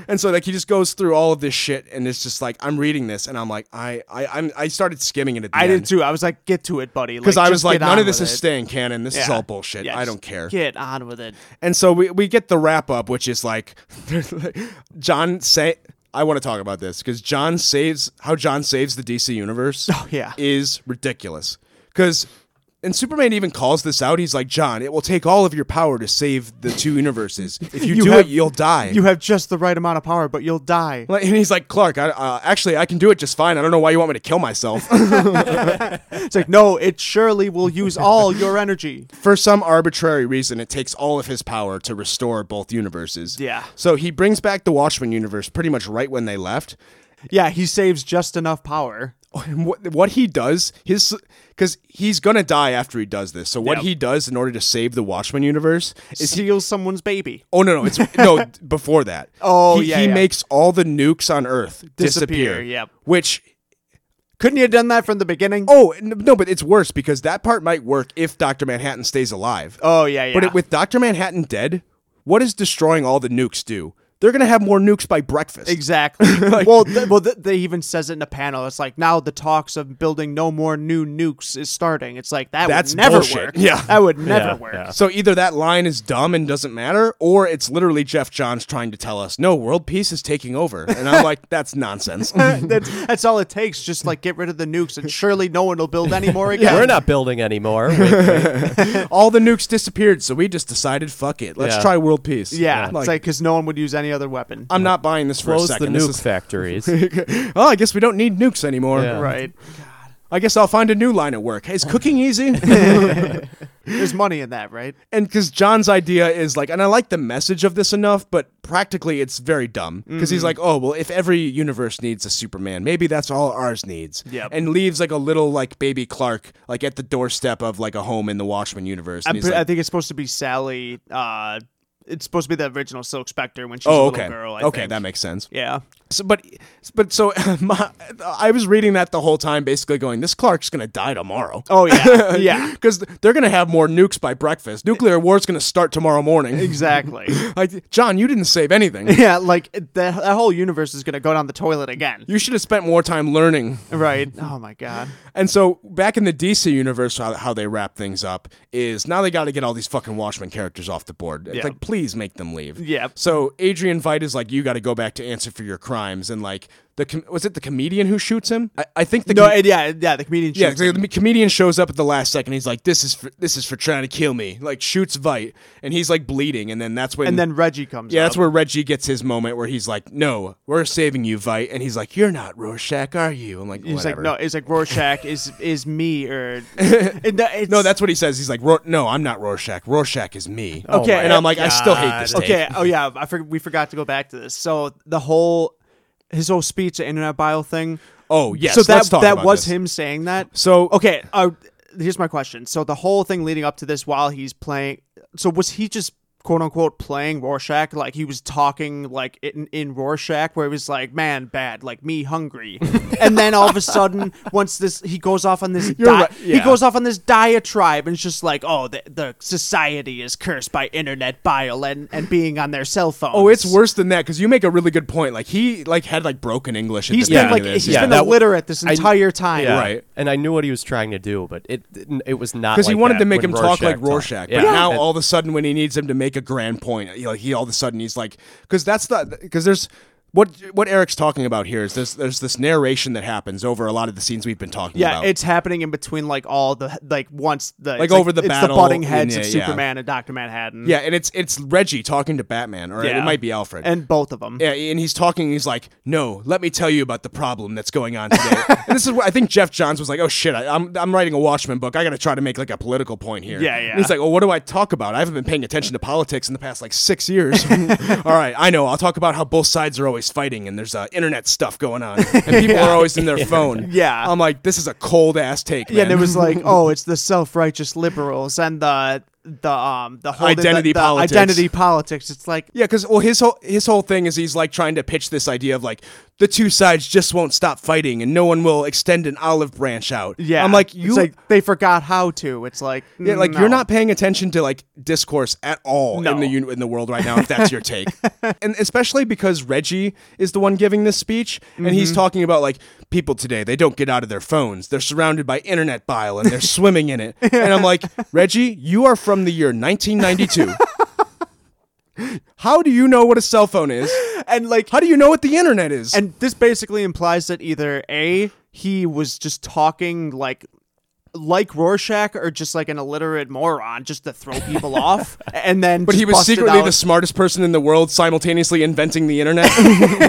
A: And so like he just goes through all of this shit, and it's just like I'm reading this, and I'm like I I I'm, I started skimming it at the
B: I
A: end.
B: did too. I was like, get to it, buddy.
A: because I
B: just
A: was like,
B: get
A: none
B: on
A: of this
B: with
A: is
B: it.
A: staying canon. This is
B: Yeah.
A: all bullshit.
B: Yeah,
A: I
B: just
A: don't care.
B: Get on with it.
A: And so we, we get the wrap up, which is like John say I want to talk about this because John saves how John saves the DC universe.
B: Oh, yeah.
A: is ridiculous because. And Superman even calls this out. He's like, John, it will take all of your power to save the two universes. If you,
B: You
A: do
B: have-
A: it, you'll die.
B: You have just the right amount of power, but you'll die.
A: Like, and he's like, Clark, I, uh, actually, I can do it just fine. I don't know why you want me to kill myself.
B: It's like, no, it surely will use all your energy.
A: For some arbitrary reason, it takes all of his power to restore both universes.
B: Yeah.
A: So he brings back the Watchmen universe pretty much right when they left.
B: Yeah, he saves just enough power.
A: And what, what he does, his. Because he's going to die after he does this. So what
B: Yep.
A: he does in order to save the Watchmen universe is he.
B: Steals someone's baby.
A: Oh no no it's no before that.
B: Oh,
A: he,
B: yeah,
A: He
B: yeah.
A: makes all the nukes on Earth disappear.
B: Disappear, yep.
A: Which
B: Couldn't you have done that from the beginning?
A: oh n- no, but it's worse because that part might work if Doctor Manhattan stays alive.
B: Oh, yeah, yeah.
A: But it, with Doctor Manhattan dead, what does destroying all the nukes do? they're going to have more nukes by breakfast.
B: Exactly. well, th- well, th- they even says it in a panel. It's like now the talks of building no more new nukes is starting. It's like that
A: That's
B: would never
A: bullshit.
B: work.
A: Yeah.
B: that would never
C: Yeah,
B: work.
C: yeah.
A: So either that line is dumb and doesn't matter, or it's literally Jeff Johns trying to tell us, no, world peace is taking over. And I'm like, that's nonsense.
B: that's, that's all it takes. Just like get rid of the nukes, and surely no one will build any more again.
C: We're not building anymore. Wait,
A: All the nukes disappeared, so we just decided, fuck it. Let's
C: Yeah.
A: try world peace.
B: Yeah, Uh,
A: Like,
B: it's like because no one would use any other weapon.
A: I'm not buying this for
C: close
A: a
C: the
A: second.
C: nuke
A: This
C: factories.
A: is- oh, I guess we don't need nukes anymore.
C: Yeah.
B: right?
A: I guess I'll find a new line of work. Is cooking easy?
B: There's money in that, right?
A: and because John's idea is like, and I like the message of this enough, but practically it's very dumb because
B: Mm-hmm.
A: he's like, oh well, if every universe needs a Superman, maybe that's all ours needs.
B: Yep.
A: And leaves like a little like baby Clark like at the doorstep of like a home in the Watchmen universe. And
B: I'm
A: he's
B: pre- I
A: like,
B: think it's supposed to be Sally. Uh, it's supposed to be the original Silk Spectre when she was
A: oh
B: a
A: okay,
B: little girl. I
A: okay,
B: think.
A: that makes sense.
B: yeah.
A: So, but but so my, I was reading that the whole time, basically going, this Clark's gonna die tomorrow.
B: Oh yeah, yeah.
A: Because they're gonna have more nukes by breakfast. Nuclear war's gonna start tomorrow morning.
B: Exactly.
A: Like, John, you didn't save anything.
B: yeah, like it- that, that whole universe is gonna go down the toilet again.
A: You should have spent more time learning.
B: Right. Oh my god.
A: And so, back in the DC universe, how, how they wrap things up is now they got to get all these fucking Watchmen characters off the board. It's
B: Yeah.
A: like, please make them leave.
B: Yep.
A: So Adrian Veidt is like, you got to go back to answer for your crimes. And like, the com- was it the comedian who shoots him? I, I think the
B: No,
A: com-
B: and yeah, yeah. The comedian.
A: yeah,
B: shoots
A: the the comedian shows up at the last second. He's like, "This is for, this is for trying to kill me." Like shoots Veidt, and he's like bleeding, and then that's when
B: and then Reggie comes.
A: yeah,
B: up.
A: that's where Reggie gets his moment where he's like, "No, we're saving you, Vite," and he's like, "You're not Rorschach, are you?" I'm like,
B: He's
A: "Whatever."
B: like, no, it's like Rorschach is is me or and no, it's-
A: no, that's what he says. He's like, Ror- "No, I'm not Rorschach. Rorschach is me."
B: Okay,
A: and I'm like, "I still hate this." Take.
B: okay. Oh yeah, I for, we forgot to go back to this. So the whole his whole speech, the internet bio thing.
A: Oh yes.
B: so that
A: let's talk
B: that
A: about
B: was
A: this.
B: him saying that.
A: So
B: okay, uh, here's my question. So the whole thing leading up to this, while he's playing, so was he just quote unquote playing Rorschach? Like he was talking like in, in Rorschach, where he was like, "Man, bad, like me, hungry," and then all of a sudden, once this, he goes off on this.
A: You're
B: di-
A: right,
B: He
A: yeah.
B: goes off on this diatribe, and it's just like, "Oh, the, the society is cursed by internet bile and and being on their cell phones."
A: Oh, it's worse than that because you make a really good point. Like he like had like broken English. At
B: He's
A: the
B: been
A: beginning
B: like
A: of
B: he's
A: this.
C: yeah,
B: been
C: that w-
B: illiterate this entire time.
C: Yeah.
A: Right.
C: And I knew what he was trying to do, but it it was not
A: because
C: like
A: he wanted
C: that
A: to make
C: when
A: him talk like
C: talked.
A: Rorschach,
C: Yeah.
A: but now all of a sudden, when he needs him to make a grand point, he, like he all of a sudden he's like, because that's the because there's what what Eric's talking about here is there's there's this narration that happens over a lot of the scenes we've been talking
B: Yeah,
A: about.
B: it's happening in between like all the like once the it's
A: over the
B: it's
A: battle
B: the butting heads
A: in
B: of
A: it, yeah.
B: Superman and Doctor Manhattan.
A: yeah, and it's it's Reggie talking to Batman, or it
B: Yeah.
A: might be Alfred.
B: and both of them.
A: yeah, and he's talking. He's like, "No, let me tell you about the problem that's going on today." and this is where I think Jeff Johns was like, "Oh shit, I, I'm I'm writing a Watchmen book. I got to try to make like a political point here."
B: Yeah,
A: And
B: yeah.
A: he's like, "Well, what do I talk about? I haven't been paying attention to politics in the past like six years." All right, I know. I'll talk about how both sides are always fighting, and there's uh, internet stuff going on, and people are always in their phone.
B: Yeah.
A: I'm like, this is a cold ass take.
B: Yeah, and
A: man.
B: it was like, oh, it's the self-righteous liberals and the the um the whole
A: Identity
B: the, the
A: politics.
B: Identity politics. It's like
A: Yeah, because well, his whole his whole thing is he's like trying to pitch this idea of like the two sides just won't stop fighting, and no one will extend an olive branch out.
B: yeah,
A: I'm like
B: It's
A: you,
B: like they forgot how to. It's like
A: yeah, like
B: no.
A: you're not paying attention to like discourse at all in
B: No.
A: the uni- in the world right now. If that's your take, and especially because Reggie is the one giving this speech, and
B: Mm-hmm.
A: he's talking about like people today they don't get out of their phones, they're surrounded by internet bile, and they're swimming in it. And I'm like, Reggie, you are from the year 1992. How do you know what a cell phone is?
B: and like
A: How do you know what the internet is?
B: and this basically implies that either a he was just talking like like Rorschach or just like an illiterate moron just to throw people off and then
A: but he was secretly the smartest person in the world, simultaneously inventing the internet.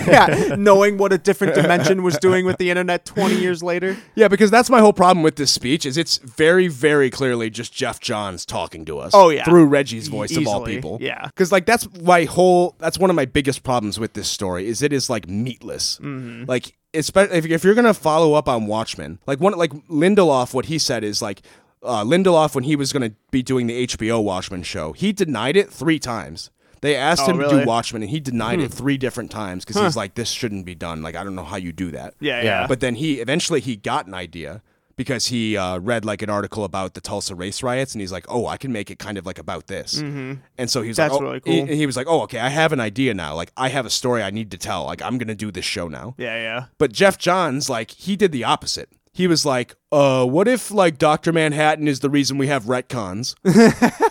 B: yeah, knowing what a different dimension was doing with the internet 20 years later
A: yeah, because that's my whole problem with this speech is it's very, very clearly just Jeff Johns talking to us.
B: Oh, yeah.
A: through Reggie's voice of all
B: easily,
A: people.
B: yeah.
A: because like that's my whole. That's one of my biggest problems with this story is it is like meatless.
B: Mm-hmm.
A: Like especially if, if you're gonna follow up on Watchmen, like one like Lindelof, what he said is like. Uh, Lindelof, when he was going to be doing the HBO Watchmen show, he denied it three times. They asked
B: Oh,
A: him to
B: really? Hmm.
A: do Watchmen, and he denied it three different times because he's like, "This shouldn't be done. Like, I don't know how you do that."
B: yeah yeah,
C: Yeah.
A: But then he eventually he got an idea because he uh, read like an article about the Tulsa race riots, and he's like, "Oh, I can make it kind of like about this." Mm-hmm. And so he's
B: That's
A: like, oh,
B: really
A: he-
B: cool.
A: he was like, "Oh, okay, I have an idea now. Like, I have a story I need to tell. Like, I'm gonna do this show now."
B: Yeah, yeah.
A: But Jeff Johns, like, he did the opposite. He was like, uh, what if, like, Dr. Manhattan is the reason we have retcons?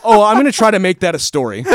A: oh, I'm going to try to make that a story.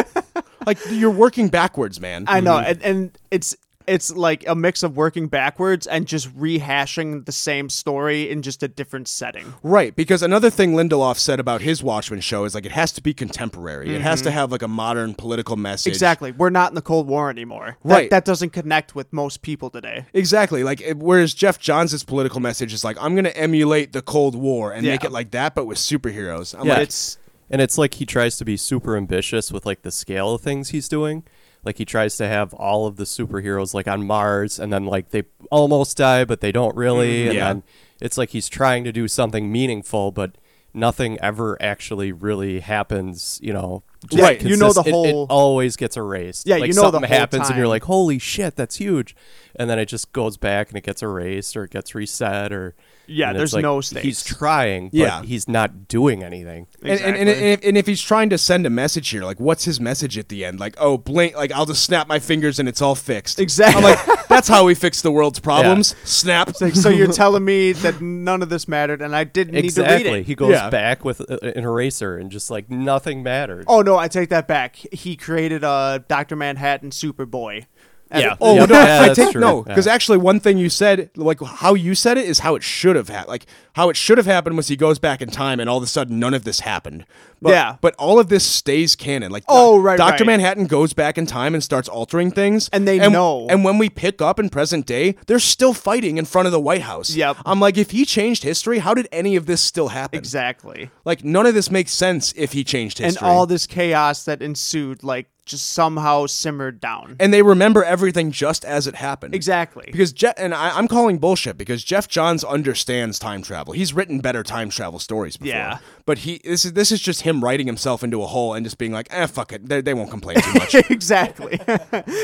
A: Like, you're working backwards, man.
B: I know, and, and it's it's like a mix of working backwards and just rehashing the same story in just a different setting.
A: right. Because another thing Lindelof said about his Watchmen show is, like, it has to be contemporary, it has to have, like, a modern political message.
B: Exactly. We're not in the Cold War anymore. That,
A: Right.
B: That doesn't connect with most people today.
A: Exactly. Like, it- whereas Jeff Johns' political message is, like, I'm going to emulate the Cold War and
B: Yeah.
A: make it like that, but with superheroes. I'm
C: Yeah.
A: like,
B: It's
C: And it's like he tries to be super ambitious with like the scale of things he's doing. Like he tries to have all of the superheroes like on Mars and then like they almost die but they don't really
B: Mm-hmm.
C: and
A: Yeah.
C: then it's like he's trying to do something meaningful but nothing ever actually really happens, you know. just
A: Right, you
B: know the
C: consist- it-
B: whole-
C: it, always gets erased.
B: Yeah,
C: Like,
B: you know the
C: something
B: whole
C: happens and you're
B: time.
C: like, "Holy shit, that's huge." And then it just goes back and it gets erased or it gets reset or
B: Yeah,
C: and it's
B: there's
C: like,
B: no
C: He's
B: stakes.
C: trying, but
A: Yeah.
C: he's not doing anything.
A: And, and, and, and, if, and if he's trying to send a message here, like, what's his message at the end? Like, oh, blink, like, I'll just snap my fingers and it's all fixed.
B: Exactly.
A: I'm like, that's how we fix the world's problems. Snap.
B: like, so you're telling me that none of this mattered and I didn't need to
C: Exactly.
B: read it.
C: He goes
A: Yeah.
C: back with a, an eraser and just like nothing mattered.
B: Oh no, I take that back. He created a Dr. Manhattan Superboy. And-
C: Yeah.
A: Oh,
C: Yeah,
A: no,
C: yeah,
A: I
C: that's
A: take,
C: true.
A: no, because
C: Yeah.
A: actually one thing you said, like, how you said it is how it should have happened. Like, how it should have happened was he goes back in time and all of a sudden none of this happened. But,
B: Yeah.
A: But all of this stays canon. Like,
B: Oh, right,
A: Dr.
B: right.
A: Manhattan goes back in time and starts altering things.
B: And they know.
A: And when we pick up in present day, they're still fighting in front of the White House.
B: Yep.
A: I'm like, if he changed history, how did any of this still happen?
B: Exactly.
A: Like none of this makes sense if he changed
B: And
A: history.
B: all this chaos that ensued like just somehow simmered down.
A: and they remember everything just as it happened.
B: Exactly.
A: Because Jeff and I, I'm calling bullshit because Jeff Johns understands time travel. He's written better time travel stories before.
B: Yeah.
A: But he this is this is just him writing himself into a hole and just being like, eh, fuck it. They, they won't complain too much.
B: exactly.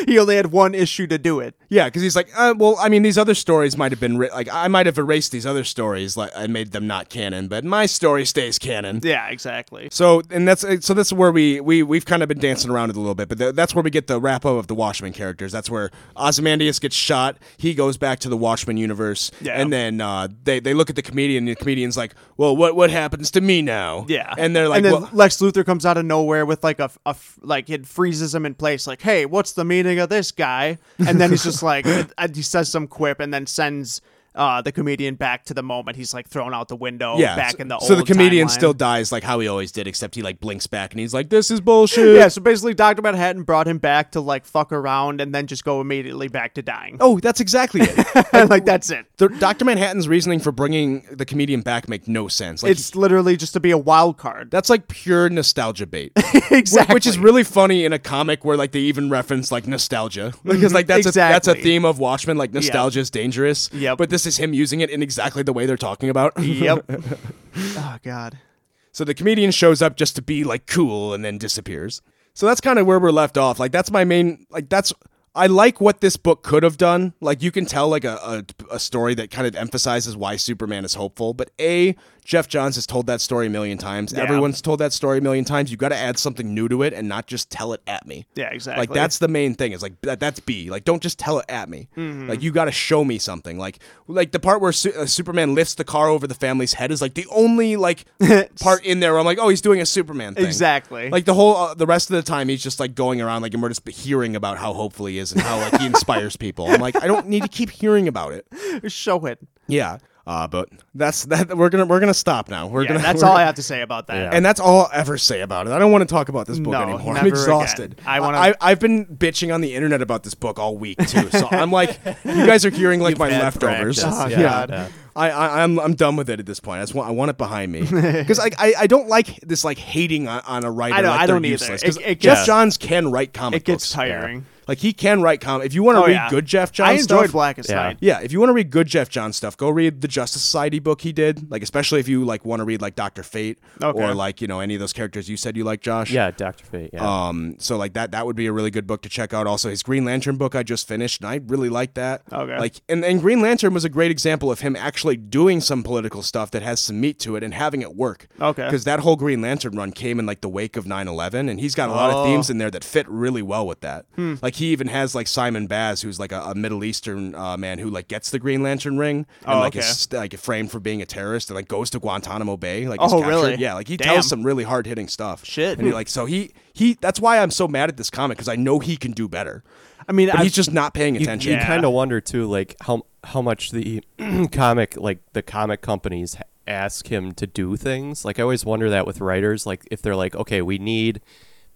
B: he only had one issue to do it.
A: yeah, because he's like, uh, well, I mean, these other stories might have been writ like I might have erased these other stories like I made them not canon, but my story stays canon.
B: Yeah, exactly.
A: So and that's uh, so that's where we we we've kind of been dancing around it a little bit, but th- that's where we get the wrap up of the Watchmen characters. That's where Ozymandias gets shot. He goes back to the Watchmen universe,
B: Yeah.
A: and then uh, they they look at the comedian. and The comedian's like, "Well, what what happens to me now?"
B: Yeah,
A: and they're like,
B: and then
A: well,
B: Lex Luthor comes out of nowhere with like a, f- a f- like it freezes him in place. Like, hey, what's the meaning of this guy? And then he's just like, and he says some quip, and then sends uh, the comedian back to the moment he's like thrown out the window,
A: "Yeah."
B: back
A: so,
B: in the
A: so the
B: old
A: comedian
B: timeline.
A: still dies like how he always did, except he like blinks back and he's like, "This is bullshit."
B: Yeah, so basically, Doctor Manhattan brought him back to like fuck around and then just go immediately back to dying.
A: Oh, that's exactly it.
B: like that's it.
A: the, Dr. Manhattan's reasoning for bringing the comedian back make no sense. Like
B: It's literally just to be a wild card.
A: that's like pure nostalgia bait.
B: exactly.
A: Which is really funny in a comic where like they even reference like nostalgia because like that's a, that's a
B: Exactly.
A: theme of Watchmen like nostalgia is dangerous.
B: Yep.
A: But this is him using it in exactly the way they're talking about.
B: yep. oh God.
A: so the comedian shows up just to be like cool and then disappears. So that's kind of where we're left off. Like that's my main like that's I like what this book could have done. Like you can tell like a, a, a story that kind of emphasizes why Superman is hopeful. But A, Jeff Johns has told that story a million times. Everyone's told that story a million times. You gotta add something new to it and not just tell it at me.
B: Yeah, exactly.
A: Like that's the main thing. Is like that, that's B. Like don't just tell it at me.
B: Mm-hmm.
A: Like you got to show me something. Like like the part where su- uh, Superman lifts the car over the family's head is like the only like part in there. Where I'm like, oh, he's doing a Superman thing.
B: Exactly.
A: Like the whole uh, the rest of the time, he's just like going around like and we're just hearing about how hopeful he is and how like he inspires people. I'm like, I don't need to keep hearing about it.
B: show it.
A: Yeah. Uh, but that's that. We're gonna we're gonna stop now. We're
B: Yeah,
A: gonna
B: that's
A: we're-
B: all I have to say about that.
A: and that's all I'll ever say about it. I don't want to talk about this book
B: No,
A: anymore. I'm
B: never
A: exhausted.
B: again. I wanna-
A: I, I've been bitching on the internet about this book all week too. So I'm like, you guys are hearing like my
C: had
A: leftovers.
C: practice. Oh, God. Yeah.
A: I, I I'm I'm done with it at this point. I just want I want it behind me because like I, I don't like this like hating on, on a writer.
B: I don't-
A: like
B: I
A: they're
B: don't either.
A: useless.
B: It-
A: 'Cause
B: it
A: Jeff
B: gets-
A: Johns can write comic
B: It gets
A: books.
B: tiring.
A: Like he can write com. If you want to
B: Oh,
A: read
B: yeah.
A: good Jeff John
B: I
A: stuff,
B: enjoyed Blackenstein.
A: yeah, if you want to read good Jeff John stuff, go read the Justice Society book he did. Like especially if you like want to read like Doctor Fate
B: Okay.
A: or like you know any of those characters you said you like, Josh.
C: Yeah, Doctor Fate. Yeah.
A: Um, so like that that would be a really good book to check out. Also, his Green Lantern book I just finished, and I really liked that.
B: Okay.
A: Like, and and Green Lantern was a great example of him actually doing some political stuff that has some meat to it and having it work.
B: Okay.
A: Because that whole Green Lantern run came in like the wake of 9-11, and he's got a lot
B: Oh. Hmm.
A: of themes in there that fit really well with that. Like he even has like Simon Baz, who's like a, a Middle Eastern uh, man who like gets the Green Lantern ring and
B: Oh,
A: like
B: okay.
A: is like framed for being a terrorist and like goes to Guantanamo Bay. Like,
B: Oh,
A: is captured.
B: really?
A: Yeah. Like he
B: Damn.
A: tells some really hard hitting stuff.
B: Shit.
A: And he like so he he that's why I'm so mad at this comic because I know he can do better,
B: I mean,
A: but
B: I've-
A: he's just not paying
C: you,
A: attention.
C: you kind of wonder too, like how how much the comic, like the comic companies, h- ask him to do things. Like I always wonder that with writers, like if they're like, okay, we need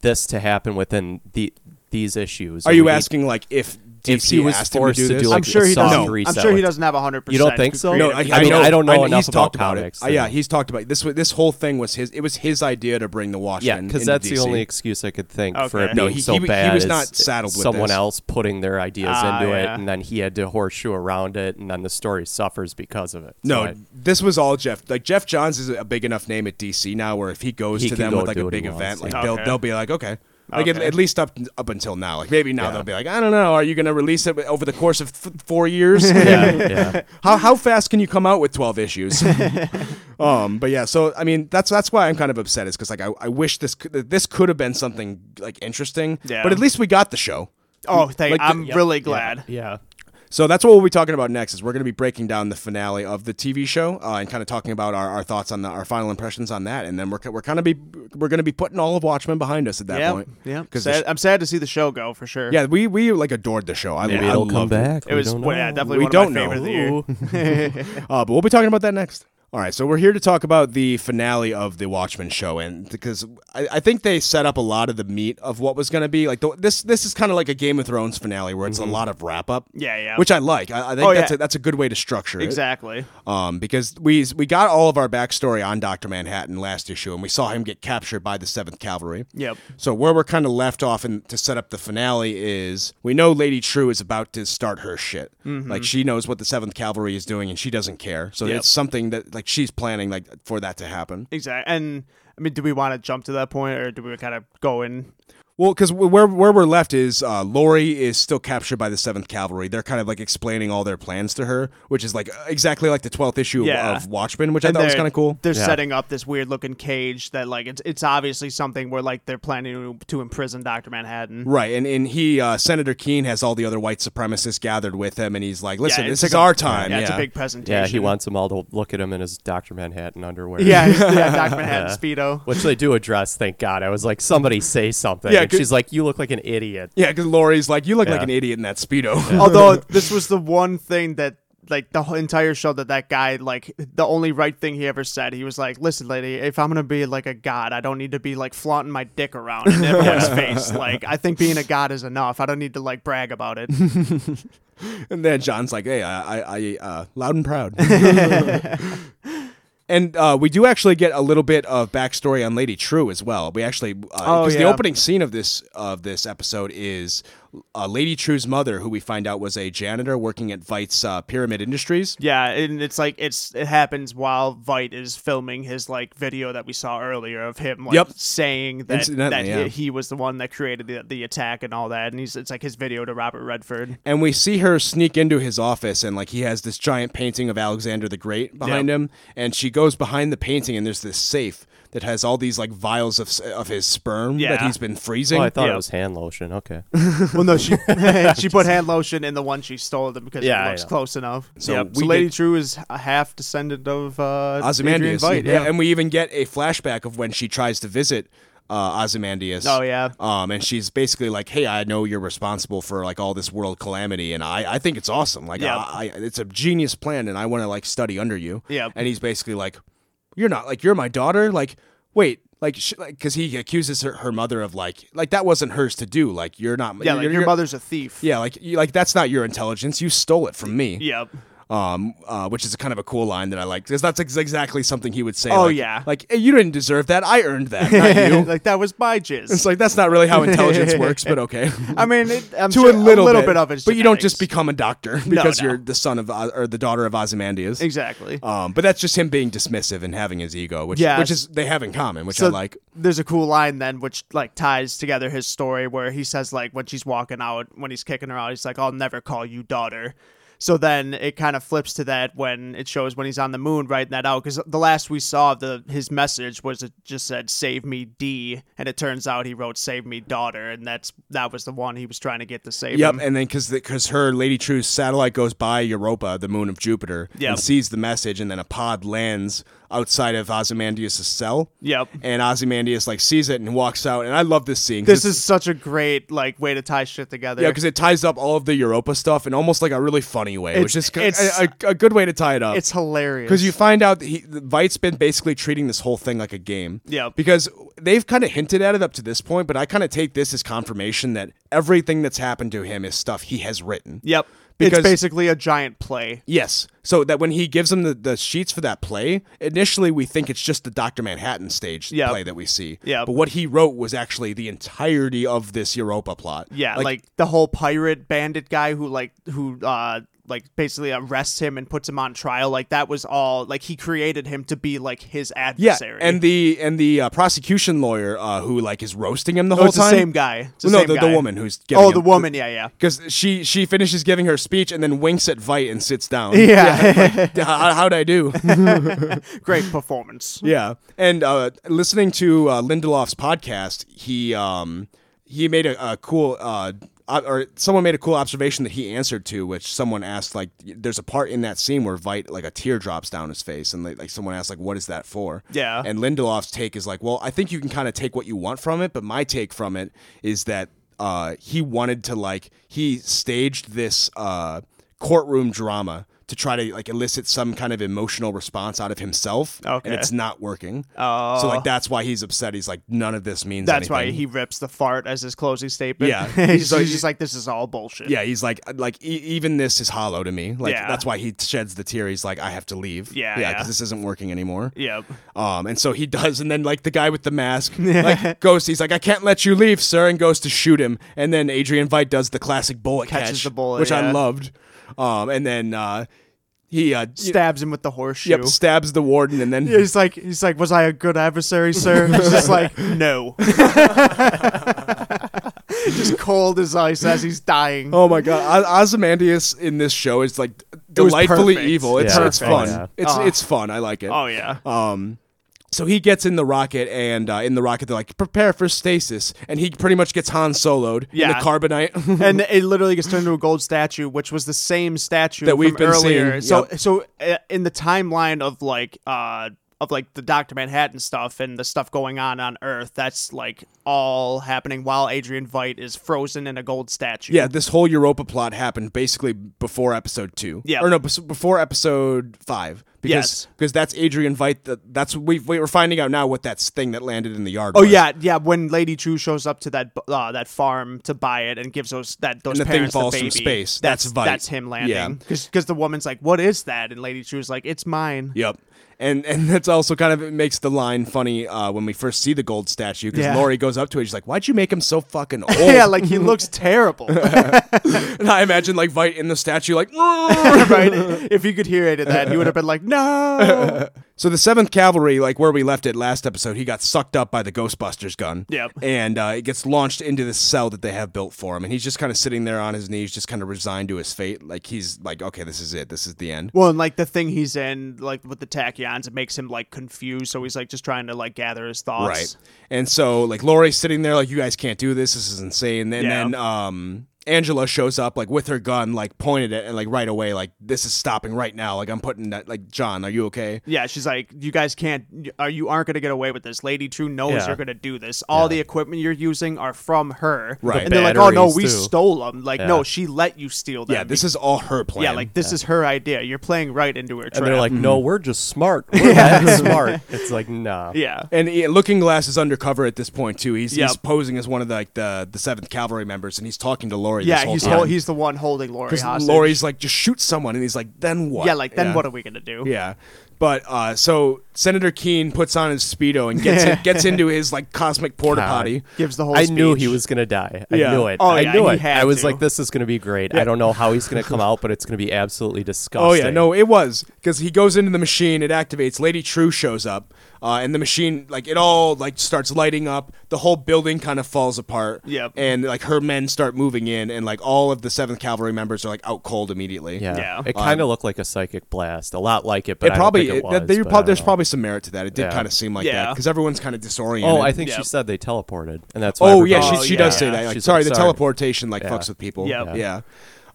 C: this to happen within the these issues.
A: Are
C: or
A: you
C: we need-
A: asking like if DC
C: If he was
A: asked him to
C: forced
A: do
C: to
A: this?
C: do,
B: I'm
C: like,
B: sure
C: a
B: he
C: soft
B: doesn't.
C: reset
B: I'm sure he
C: with-
B: doesn't have hundred percent.
C: You don't think so?
A: no,
C: I
A: I,
C: mean, I don't know enough
A: he's
C: about
A: talked about
C: comics
A: It. Uh, yeah,
C: and-
A: he's talked about this. wa- This whole thing was his. It was his idea to bring the Watchmen.
C: Yeah, because
A: into
C: that's the
A: DC.
C: only excuse I could think for
B: Okay.
C: it
A: No,
C: being
A: he-
C: so
A: he- he
C: bad.
A: was
C: is
A: not saddled with
C: someone
A: this.
C: else putting their ideas
B: Ah,
C: into
B: yeah.
C: it, and then he had to horseshoe around it, and then the story suffers because of it. So
A: No,
C: I-
A: this was all Jeff. Like Jeff Johns is a big enough name at DC now, where if he goes
C: He
A: to
C: can
A: them
C: go
A: with like
C: do
A: a
C: what he
A: big event,
C: wants,
A: like
C: yeah.
A: they'll
B: Okay.
A: they'll be like, okay, like at,
B: Okay.
A: at least up up until now. Like maybe now
C: Yeah.
A: they'll be like, I don't know, are you going to release it over the course of th- four years?
C: yeah, yeah.
A: how how fast can you come out with 12 issues um but yeah so i mean that's that's why i'm kind of upset is because like I, I wish this could, this could have been something like interesting
B: Yeah.
A: but at least we got the show
B: Oh, thank.
A: Like the-
B: I'm
A: yeah,
B: really glad.
C: Yeah.
A: so that's what we'll be talking about next is we're going to be breaking down the finale of the tv show uh, and kind of talking about our, our thoughts on the, our final impressions on that and then we're, ki- we're kind of be we're going to be putting all of watchmen behind us at that
B: Yeah,
A: point
B: yeah.
A: because
B: Sad- I'm sad to see the show go for sure.
A: yeah we we like adored the show i,
C: Maybe
A: I
C: it'll come
A: loved it.
C: back.
B: it was well, yeah, definitely
A: We
B: one
A: don't
B: of my
A: know.
B: favorite of the year.
A: Uh, but we'll be talking about that next. All right, so we're here to talk about the finale of the Watchmen show, and because I, I think they set up a lot of the meat of what was going to be like the, this. This is kind of like a Game of Thrones finale where it's a lot of wrap up.
B: Mm-hmm. Yeah, yeah.
A: Which I like. I, I think
B: Oh,
A: that's
B: yeah.
A: a, that's a good way to structure it.
B: Exactly.
A: Um, because we we got all of our backstory on Doctor Manhattan last issue, and we saw him get captured by the Seventh Cavalry.
B: Yep.
A: So where we're kind of left off and to set up the finale is we know Lady True is about to start her shit. Like she knows what the Seventh Cavalry is doing, and she doesn't care. So
B: Mm-hmm. Yep.
A: it's something that like she's planning like for that to happen.
B: Exactly. And I mean, do we want to jump to that point, or do we kind of go in?
A: Well, because where where we're left is uh, Lori is still captured by the Seventh Cavalry. They're kind of like explaining all their plans to her, which is like exactly like the twelfth issue of-
B: Yeah.
A: of Watchmen, which I thought was
B: they're-
A: kind of cool.
B: They're
C: Yeah.
B: setting up this weird looking cage that like it's it's obviously something where like they're planning to, to imprison Doctor Manhattan.
A: Right, and and he uh, Senator Keene has all the other white supremacists gathered with him, and he's like, "Listen,
B: Yeah,
A: this
B: it's
A: is
B: a-
A: our time."
B: Yeah,
A: Yeah,
B: it's a big presentation.
C: Yeah, he wants them all to look at him in his Doctor Manhattan underwear.
B: Yeah, yeah, Doctor Manhattan
C: Yeah.
B: speedo.
C: Which they do address, thank God. I was like, somebody say something.
A: Yeah,
C: and
A: 'cause-
C: she's like, you look like an idiot.
A: yeah, because Lori's like, "You look like
C: Yeah.
A: an idiot in that speedo."
B: Although this was the one thing that like the whole entire show that that guy like the only right thing he ever said he was like listen lady if i'm gonna be like a god i don't need to be like flaunting my dick around in everyone's face like i think being a god is enough i don't need to like brag about it
A: and then John's like, "Hey, I, I, I uh, loud and proud." and uh, we do actually get a little bit of backstory on Lady True as well. We actually because
B: Oh,
A: the
B: yeah.
A: opening scene of this of this episode is uh, Lady True's mother, who we find out was a janitor working at Veidt's uh, Pyramid Industries.
B: yeah and it's like it's it happens while vite is filming his like video that we saw earlier of him like
A: Yep.
B: saying that
A: Incidentally,
B: that
A: yeah.
B: he, he was the one that created the, the attack and all that and he's it's like his video to robert redford
A: and we see her sneak into his office and like he has this giant painting of Alexander the Great behind
B: Yep.
A: him and she goes behind the painting and there's this safe that has all these like vials of s- of his sperm that
B: Yeah.
A: he's been freezing.
C: Oh, I thought
B: Yeah.
C: it was hand lotion. Okay.
B: Well, no, she she put hand lotion in the one she stole them because
C: Yeah,
B: it looks
C: yeah.
B: close enough.
A: So
B: So,
A: we
B: so Lady
A: did-
B: True is a half descendant of uh, Adrian
A: Ozymandias.
B: Veidt, yeah.
A: And we even get a flashback of when she tries to visit uh, Ozymandias.
B: Oh, yeah.
A: Um, and she's basically like, "Hey, I know you're responsible for like all this world calamity, and I, I think it's awesome. Like,
B: Yeah.
A: I, I, it's a genius plan, and I want to like study under you."
B: Yep.
A: And he's basically like, "You're not like you're my daughter. Like, wait." Like, because like 'cause he accuses her, her mother of like, like that wasn't hers to do. Like, you're not,
B: yeah, like
A: you're-
B: your
A: you're-
B: mother's a thief.
A: Yeah, like, you, like that's not your intelligence. You stole it from me.
B: Yep.
A: um, uh, which is kind of a cool line that I like because that's ex- exactly something he would say.
B: Oh,
A: like-
B: yeah.
A: like "Hey, you didn't deserve that. I earned that, not you.
B: like that was my jizz.
A: it's like that's not really how intelligence works, but okay.
B: I mean, it, I'm
A: to
B: sure
A: a little,
B: bit, of it's
A: but you don't just
B: genetics.
A: become a doctor because
B: no.
A: you're the son of Oz- or the daughter of Ozymandias.
B: exactly.
A: Um, but that's just him being dismissive and having his ego, which
B: Yeah.
A: which is they have in common, which I like.
B: There's a cool line then, which like ties together his story, where he says like when she's walking out, when he's kicking her out, he's like, "I'll never call you daughter." So then it kind of flips to that when it shows when he's on the moon writing that out, because the last we saw of the his message was it just said "Save me, D," and it turns out he wrote "Save me, daughter," and that's that was the one he was trying to get to save
A: Yep,
B: him.
A: and then because because her Lady True's satellite goes by Europa, the moon of Jupiter,
B: Yep.
A: and sees the message, and then a pod lands outside of Ozymandias' cell.
B: Yep.
A: and Ozymandias like sees it and walks out, and I love this scene. 'cause
B: This is such a great like way to tie shit together.
A: yeah, because it ties up all of the Europa stuff in almost like a really funny way, which
B: It's-
A: is ki-
B: it's-
A: a, a, a good way to tie it up.
B: it's hilarious.
A: Because you find out that he, that Vite's been basically treating this whole thing like a game.
B: Yeah.
A: Because they've kind of hinted at it up to this point, but I kind of take this as confirmation that everything that's happened to him is stuff he has written.
B: Yep.
A: Because-
B: it's basically a giant play.
A: Yes. So that when he gives him the, the sheets for that play, initially we think it's just the Dr. Manhattan stage
B: Yep.
A: play that we see.
B: Yep.
A: But what he wrote was actually the entirety of this Europa plot.
B: Yeah, like, the whole pirate bandit guy who like who uh like basically arrests him and puts him on trial. Like that was all like he created him to be like his
A: yeah,
B: adversary.
A: and the and the uh, prosecution lawyer uh, who like is roasting him the
B: oh,
A: whole
B: it's
A: time.
B: the same guy. It's the
A: no,
B: same
A: the,
B: guy.
A: the woman who's giving
B: Oh,
A: him-
B: the woman. Yeah, yeah.
A: because she she finishes giving her speech and then winks at Vite and sits down.
B: Yeah.
A: like, "H- how, how'd I do?
B: Great performance.
A: yeah, and uh, listening to uh, Lindelof's podcast, he um he made a, a cool uh. o- Or someone made a cool observation that he answered to, which someone asked like, "There's a part in that scene where Vite like a tear drops down his face, and like, like someone asked like, what is that for?"
B: Yeah.
A: And Lindelof's take is like, "Well, I think you can kind of take what you want from it, but my take from it is that uh, he wanted to like he staged this uh, courtroom drama to try to like elicit some kind of emotional response out of himself,
B: Okay.
A: and it's not working. Oh. So like that's why he's upset. He's like, none of this means
B: That's why
A: anything.
B: he rips the fart as his closing statement.
A: Yeah.
B: he's,
A: So
B: he's
A: you-
B: just like this is all bullshit.
A: yeah, he's like, like e- even this is hollow to me. Like
B: Yeah.
A: that's why he sheds the tear. He's like, I have to leave.
B: Yeah,
A: yeah,
B: yeah.
A: 'cause this isn't working anymore.
B: Yep.
A: Um, and so he does, and then like the guy with the mask, like goes. He's like, "I can't let you leave, sir," and goes to shoot him. And then Adrian Veidt does the classic bullet
B: Catches
A: catch,
B: the bullet,
A: which I
B: yeah.
A: loved. Um, and then uh, he uh,
B: Stabs him with the horseshoe.
A: yep, stabs the warden, and then
B: Yeah, He's like, he's like, was I a good adversary, sir? He's just like, no. just cold as ice as he's dying.
A: oh my god, O- Ozymandias in this show is like
B: was
A: delightfully
B: perfect. Ah.
A: evil. It's
C: Yeah.
A: it's
C: Perfect.
A: fun.
C: Yeah.
A: It's it's fun. I like it.
B: Oh yeah,
A: So he gets in the rocket, and uh, in the rocket, they're like, "Prepare for stasis," and he pretty much gets Han Soloed in
B: Yeah.
A: the carbonite.
B: and it literally gets turned into a gold statue, which was the same statue
A: That we've
B: from
A: been
B: earlier.
A: seeing,
B: So,
A: yep.
B: so uh, in the timeline of like, uh, of like the Doctor Manhattan stuff and the stuff going on on Earth, that's like all happening while Adrian Veidt is frozen in a gold statue.
A: Yeah, this whole Europa plot happened basically before episode two.
B: Yeah.
A: or no, bes- before episode five. Because,
B: Yes.
A: because that's Adrian Veidt. That, that's we we are finding out now what that's thing that landed in the yard.
B: Oh
A: was.
B: yeah, yeah. When Lady Chu shows up to that uh, that farm to buy it and gives those that
A: And
B: those
A: the thing
B: parents
A: falls
B: the
A: from
B: baby,
A: space.
B: That's
A: That's Vite.
B: that's him
A: Yeah.
B: landing because the woman's like, "What is that?" And Lady Chu's like, "It's mine."
A: Yep. And and that's also kind of it makes the line funny uh, when we first see the gold statue because
B: Yeah.
A: Lori goes up to it. She's like, "Why'd you make him so fucking old?"
B: Yeah, like he looks terrible,
A: and I imagine like Vite in the statue, like.
B: right? If you could hear it in that, you would have been like, "No."
A: So the Seventh Cavalry, like where we left it last episode, he got sucked up by the Ghostbusters gun.
B: Yep.
A: And uh, it gets launched into this cell that they have built for him, and he's just kind of sitting there on his knees, just kind of resigned to his fate. Like he's like, okay, this is it. This is the end.
B: Well, and like the thing he's in, like with the tachyons, it makes him like confused. So he's like just trying to like gather his thoughts.
A: Right. And so like Laurie's sitting there, like you guys can't do this. This is insane. And
B: Yeah.
A: then um. Angela shows up like with her gun like pointed at and like right away like this is stopping right now like I'm putting that like John are you okay
B: Yeah, she's like, you guys can't, are you aren't going to get away with this. Lady True knows
C: Yeah.
B: you're going to do this. All the equipment you're using are from her.
A: Right.
B: And they're like, oh, no,
C: batteries,
B: we
C: too.
B: stole them. Like, no, she let you steal them.
A: yeah this is all her plan
B: yeah, like, this is her idea. You're playing right into her trap.
C: And they're like, no, we're just smart. We're that smart. It's like, nah.
B: yeah.
A: And he, Looking Glass is undercover at this point too. He's, he's
B: Yep.
A: posing as one of the, like the the Seventh Cavalry members, and he's talking to Laurie.
B: yeah,
A: this whole
B: he's
A: time.
B: hol- he's the one holding Lori
A: because
B: hostage.
A: Laurie's like, just shoot someone, and he's like, then what?
B: yeah, like then what are we gonna do?
A: Yeah. But uh, so Senator Keene puts on his speedo and gets in, gets into his like cosmic porta potty.
B: Gives the whole.
C: I knew he
B: speech.
C: was gonna die. I
A: Yeah.
C: knew it.
B: Oh,
C: I
B: yeah,
C: knew
B: he
C: it.
B: had
C: I was
B: to.
C: like, this is gonna be great. I don't know how he's gonna come out, but it's gonna be absolutely disgusting.
A: Oh yeah, no, it was because he goes into the machine. It activates. Lady True shows up, uh, and the machine like it all like starts lighting up. The whole building kind of falls apart.
B: Yep.
A: And like her men start moving in, and like all of the Seventh Cavalry members are like out cold immediately.
C: Yeah.
B: Yeah.
C: It kind of looked like a psychic blast, a lot like it,
A: Um,
C: but
A: It
C: I don't
A: probably it,
C: think it was,
A: that- there
C: but uh, I
A: prob-
C: don't
A: there's
C: know.
A: probably some merit to that. It did
C: Yeah.
A: kind of seem like that
B: Yeah.
A: because everyone's kind of disoriented.
C: Oh, I think
B: Yeah.
C: she said they teleported, and that's why
A: Oh yeah, she,
C: everybody-
B: Oh,
A: she
B: yeah.
A: does say that.
C: Yeah.
A: Like,
C: She's
A: sorry,
C: like,
A: the
C: "Sorry."
A: teleportation like
C: Yeah.
A: fucks with people.
B: Yep.
A: Yeah.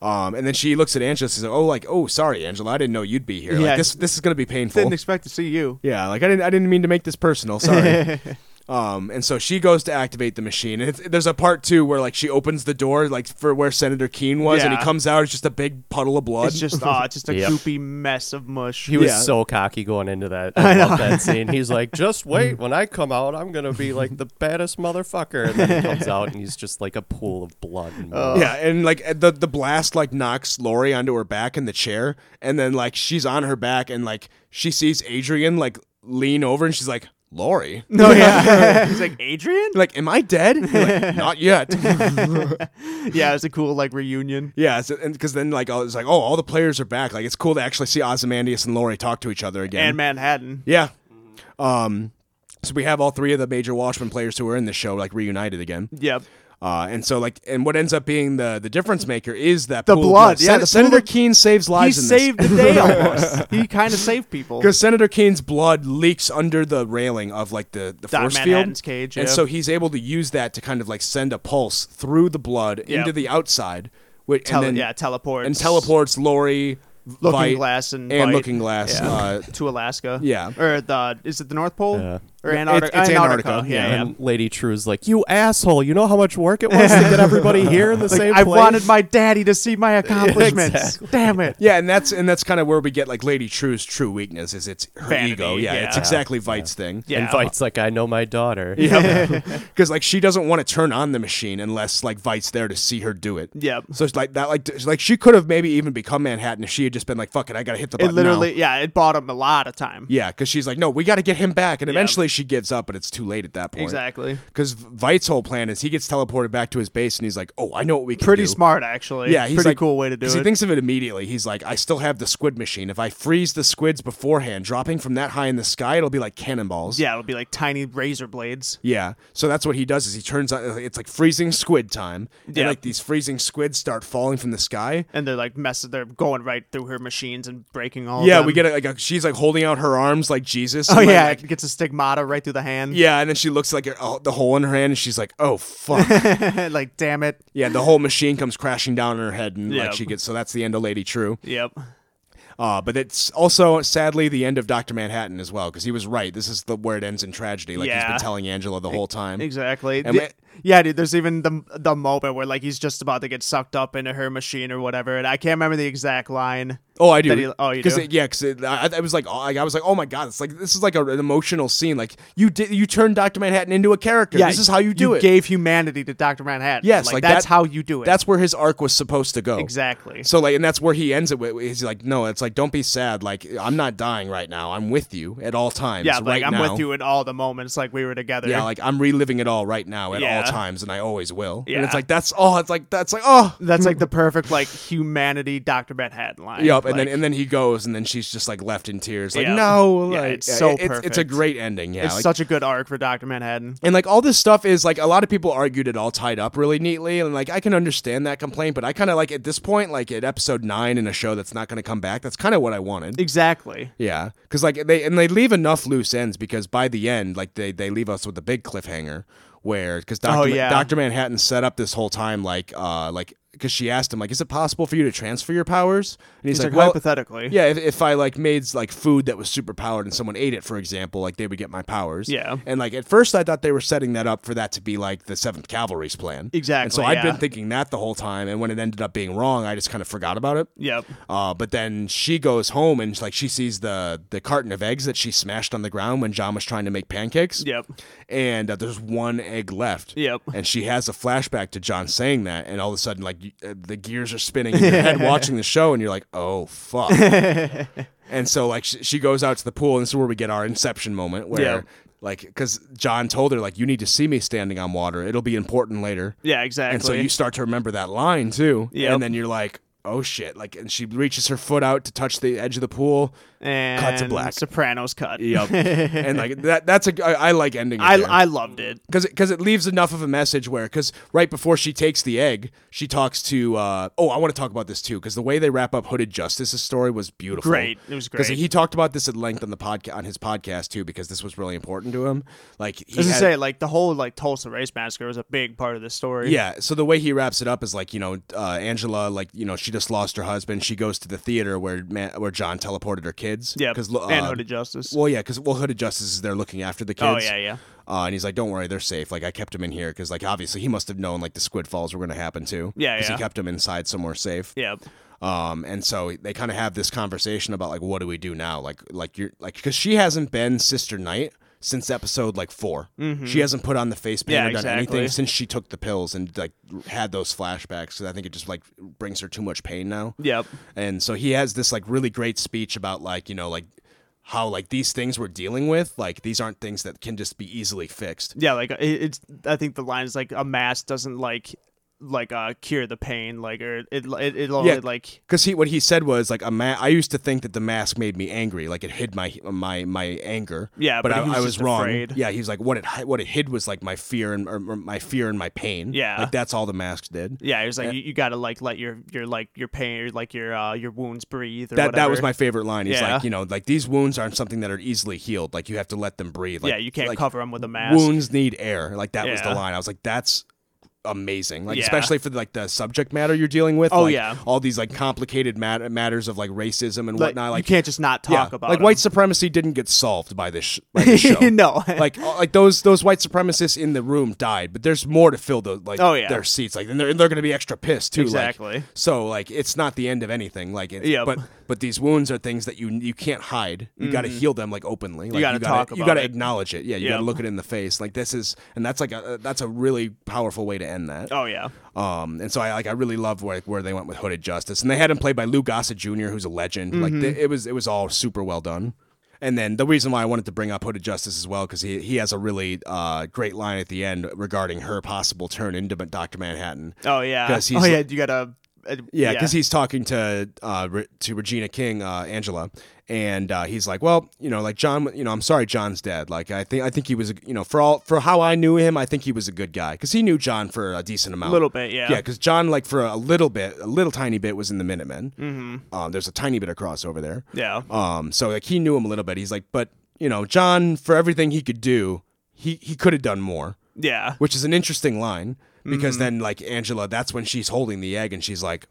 A: Um, and then she looks at Angela. She's like, "Oh, like, oh, sorry, Angela, I didn't know you'd be here. Like,
B: Yeah.
A: this, this is gonna be painful.
B: Didn't expect to see you.
A: yeah, like I didn't, I didn't mean to make this personal. Sorry." um, and so she goes to activate the machine. And it's, there's a part two where like she opens the door like for where Senator Keene was, and he
B: Yeah.
A: comes out. It's just a big puddle of blood.
B: It's just ah, it's just a
C: Yep.
B: goopy mess of mush.
C: He was
A: Yeah.
C: so cocky going into that. I, love that scene. He's like, "Just wait, when I come out, I'm gonna be like the baddest motherfucker." And then he comes out, and he's just like a pool of blood. And gore.
A: Yeah, and like eh, the the blast like knocks Lori onto her back in the chair, and then like she's on her back, and like she sees Adrian like lean over, and she's like, "Lori,
B: no, yeah. He's like Adrian.
A: like, am I dead? And you're like, Not yet.
B: Yeah, it was a cool like reunion.
A: yeah, so, and because then like all- it's like, oh, all the players are back. Like it's cool to actually see Ozymandias and Lori talk to each other again.
B: And Manhattan.
A: yeah. Um. So we have all three of the major Watchmen players who were in the show like reunited again.
B: Yep.
A: Uh, and so, like, and what ends up being the the difference maker is that
B: The
A: pool of
B: blood, yeah,
A: Sen-
B: the
A: Senator
B: pool of-
A: Keene saves
B: He
A: lives. in this.
B: saved the day almost. he kind of saved people.
A: Because Senator Keene's blood leaks under the railing of like the, the
B: That
A: force
B: Manhattan's
A: field,
B: cage,
A: and
B: yeah.
A: so he's able to use that to kind of like send a pulse through the blood
B: Yeah.
A: into the outside, which
B: Tele-
A: and then,
B: yeah, teleports
A: and teleports Lori,
B: Looking
A: Vite,
B: Glass and
A: and
B: Vite.
A: Looking Glass.
B: Yeah.
A: Uh,
B: to Alaska.
A: Yeah.
B: Or the is it the North Pole
C: Yeah.
B: or Antarctica?
A: it's Antarctica,
B: Yeah. yeah.
C: And Lady True's like, "You asshole! You know how much work it was to get everybody here in the
B: Like,
C: same
B: I
C: place."
B: wanted my daddy to see my accomplishments. Damn it.
A: yeah, and that's and that's kind of where we get like Lady True's true weakness is it's her
B: Vanity,
A: ego. Yeah, it's
B: yeah.
A: exactly Vite's thing.
B: Yeah.
C: And Vite's like, "I know my daughter."
A: because like she doesn't want to turn on the machine unless like Vite's there to see her do it.
B: Yep.
A: So it's like that, like it's like she could have maybe even become Manhattan if she had just been like, "Fuck it, I gotta hit the
B: It
A: button." now."
B: literally, yeah, it bought him a lot of time.
A: Yeah, because she's like, no, we got to get him back, and eventually she gives up, but it's too late at that point.
B: Exactly.
A: Because Vite's whole plan is he gets teleported back to his base, and he's like, oh, I know what we can
B: Pretty
A: do.
B: smart, actually.
A: Yeah, he's
B: pretty
A: like-
B: cool way to do
A: 'cause
B: it.
A: He thinks of it immediately. He's like, I still have the squid machine. If I freeze the squids beforehand, dropping from that high in the sky, it'll be like cannonballs.
B: yeah, it'll be like tiny razor blades.
A: Yeah. So that's what he does is he turns on it's like freezing squid time. And
B: Yeah.
A: like these freezing squids start falling from the sky.
B: And they're like messing, they're going right through her machines and breaking all. of
A: yeah,
B: them.
A: we get it like a, she's like holding out her arms like Jesus.
B: Oh
A: and, like,
B: yeah,
A: like,
B: it gets a stigmata right through the hand.
A: yeah, and then she looks like uh, the hole in her hand and she's like, "Oh fuck."
B: like damn it.
A: Yeah, the whole machine comes crashing down on her head, and like
B: Yep.
A: she gets so that's the end of Lady True.
B: Yep.
A: Uh, but it's also sadly the end of Doctor Manhattan as well, because he was right. This is the where it ends in tragedy. Like he's
B: Yeah.
A: been telling Angela the whole time.
B: Exactly.
A: And
B: Th- yeah, dude. There's even the the moment where like he's just about to get sucked up into her machine or whatever, and I can't remember the exact line.
A: Oh, I do.
B: That he- oh, you
A: Cause
B: do?
A: it- yeah, because I, I was like, oh, like, I was like, oh my god, it's like this is like a, an emotional scene. Like you did, you turned Doctor Manhattan into a character. this is how you do it.
B: Gave humanity to Doctor Manhattan.
A: Yes,
B: like,
A: like
B: that's
A: that-
B: how you do it.
A: that's where his arc was supposed to go.
B: exactly.
A: So like, and that's where he ends it with. He's like, no, it's like, don't be sad. Like I'm not dying right now. I'm with you at all times.
B: yeah, like
A: right
B: I'm
A: now."
B: with you in all the moments, like we were together.
A: Yeah, like I'm reliving it all right now at
B: Yeah.
A: all times, and I always will. And
B: Yeah.
A: it's like that's all. It's like that's like oh.
B: that's like the perfect like humanity Doctor Manhattan line.
A: Yep, and then
B: Like,
A: and then he goes, and then she's just like left in tears, like
B: Yeah.
A: no,
B: Yeah,
A: like,
B: it's so
A: It's, it's a
B: perfect.
A: great ending, yeah.
B: it's
A: like-
B: such a good arc for Doctor Manhattan.
A: and like all this stuff is like a lot of people argued it all tied up really neatly, and like I can understand that complaint, but I kind of like at this point, like at episode nine in a show that's not going to come back, that's kind of what I wanted.
B: Exactly.
A: Yeah, because like they and they leave enough loose ends because by the end, like they they leave us with a big cliffhanger where because Doctor
B: Oh, yeah.
A: Doctor Manhattan set up this whole time like uh like because she asked him like is it possible for you to transfer your powers and he's,
B: It's like,
A: well
B: hypothetically.
A: yeah if, if I like made like food that was super powered and someone ate it for example like they would get my powers
B: Yeah.
A: and like at first I thought they were setting that up for that to be like the Seventh Cavalry's plan and so
B: Exactly,
A: I'd been
B: yeah.
A: thinking that the whole time and when it ended up being wrong I just kind of forgot about it
B: Yep.
A: uh, but then she goes home and like she sees the the carton of eggs that she smashed on the ground when John was trying to make pancakes.
B: Yep.
A: And uh, there's one egg left.
B: Yep.
A: And she has a flashback to John saying that, and all of a sudden, like y- uh, the gears are spinning in your head watching the show, and you're like, oh fuck. and so like she, she goes out to the pool, and this is where we get our inception moment where.
B: Yeah.
A: Like, because John told her, like, you need to see me standing on water. It'll be important later.
B: Yeah, exactly.
A: And so you start to remember that line too.
B: Yep.
A: And then you're like, oh shit. Like, and she reaches her foot out to touch the edge of the pool.
B: and
A: cut to black.
B: Sopranos cut.
A: Yup. and like that, that's a, I, I like ending it.
B: I
A: there.
B: I loved it.
A: Because because it leaves enough of a message where because right before she takes the egg, she talks to. Uh, oh, I want to talk about this too because the way they wrap up Hooded Justice's story was beautiful.
B: Great. It was
A: Because
B: great.
A: he talked about this at length on the podcast on his podcast too because this was really important to him. Like he
B: As I
A: had-
B: say, like the whole like Tulsa race massacre was a big part of the story.
A: yeah. So the way he wraps it up is like you know uh, Angela like you know she just lost her husband. She goes to the theater where man, where John teleported her kids.
B: yeah,
A: Because
B: and Hood of Justice.
A: uh, Well, yeah, because well, Hooded Justice is there looking after the
B: oh
A: kids.
B: yeah, yeah.
A: Uh, and he's like, "Don't worry, they're safe. Like I kept him in here because, like, obviously he must have known like the squid falls were going to happen too.
B: Yeah,
A: Because
B: yeah.
A: he kept him inside somewhere safe.
B: Yeah.
A: Um, and so they kind of have this conversation about like, what do we do now? Like, like you're like because she hasn't been Sister Knight since episode like 4 She hasn't put on the face paint
B: Mm-hmm. Yeah,
A: or done
B: exactly.
A: anything since she took the pills and like had those flashbacks. Because I think it just like brings her too much pain now.
B: Yep.
A: And so he has this like really great speech about like, you know, like how like these things we're dealing with, like these aren't things that can just be easily fixed.
B: Yeah, like it- it's I think the line is like a mask doesn't like like uh cure the pain like or it it it'll
A: Yeah.
B: like
A: Cause he, what he said was like a ma- I used to think that the mask made me angry, like it hid my my my anger.
B: Yeah,
A: but,
B: but
A: I,
B: he
A: I
B: was just
A: was wrong.
B: afraid.
A: Yeah, he was like what it hi- what it hid was like my fear and or, or my fear and my pain.
B: Yeah.
A: like that's all the mask did.
B: yeah, it was like you, you gotta like let your your like your pain or like your uh your wounds breathe or
A: That
B: whatever.
A: that was my favorite line. He's
B: Yeah.
A: like, you know, like these wounds aren't something that are easily healed. Like you have to let them breathe. Like,
B: yeah, you can't
A: like,
B: cover them with a mask.
A: wounds need air. Like that was the
B: Yeah.
A: line. I was like, that's amazing. Like
B: Yeah.
A: especially for like the subject matter you're dealing with.
B: Oh,
A: like,
B: yeah.
A: all these like complicated mat- matters of like racism and
B: Like,
A: whatnot.
B: you
A: Like
B: can't just not
A: yeah,
B: talk about
A: like
B: 'em.
A: white supremacy didn't get solved by this, sh- by this show.
B: no,
A: Like, uh, like those those white supremacists in the room died, but there's more to fill the like
B: Oh, yeah.
A: their seats. Like, and they're, and they're going to be extra pissed too. like-
B: Exactly.
A: so, like, it's not the end of anything. Like, it's,
B: Yep.
A: but but these wounds are things that you you can't hide. You got to heal them like openly. Like,
B: Mm. gotta talk
A: You
B: about
A: got to
B: it.
A: acknowledge it. Yeah, you got
B: Yep.
A: to look it in the face. Like this is, and that's like a uh, that's a really powerful way to end that.
B: oh yeah,
A: Um, and so I like I really love where where they went with Hooded Justice, and they had him played by Lou Gossett Jr., who's a legend. Like
B: Mm-hmm.
A: th- it was it was all super well done. And then the reason why I wanted to bring up Hooded Justice as well because he he has a really uh, great line at the end regarding her possible turn into Doctor Manhattan.
B: oh yeah,
A: 'Cause he's-
B: oh yeah, you gotta uh,
A: Yeah, because he's talking to uh, Re- to Regina King, uh, Angela, and uh, he's like, "Well, you know, like John, you know, I'm sorry, John's dead. Like, I think I think he was, a- you know, for all for how I knew him, I think he was a good guy because he knew John for a decent amount,
B: Little bit, yeah.
A: yeah, because John, like for a little bit, a little tiny bit, was in the Minutemen. Mm-hmm. Um, there's a tiny bit of crossover there.
B: yeah.
A: Um, so like he knew him a little bit. He's like, but you know, John, for everything he could do, he he could have done more
B: Yeah.
A: which is an interesting line
B: Mm-hmm.
A: because then like Angela, that's when she's holding the egg and she's like,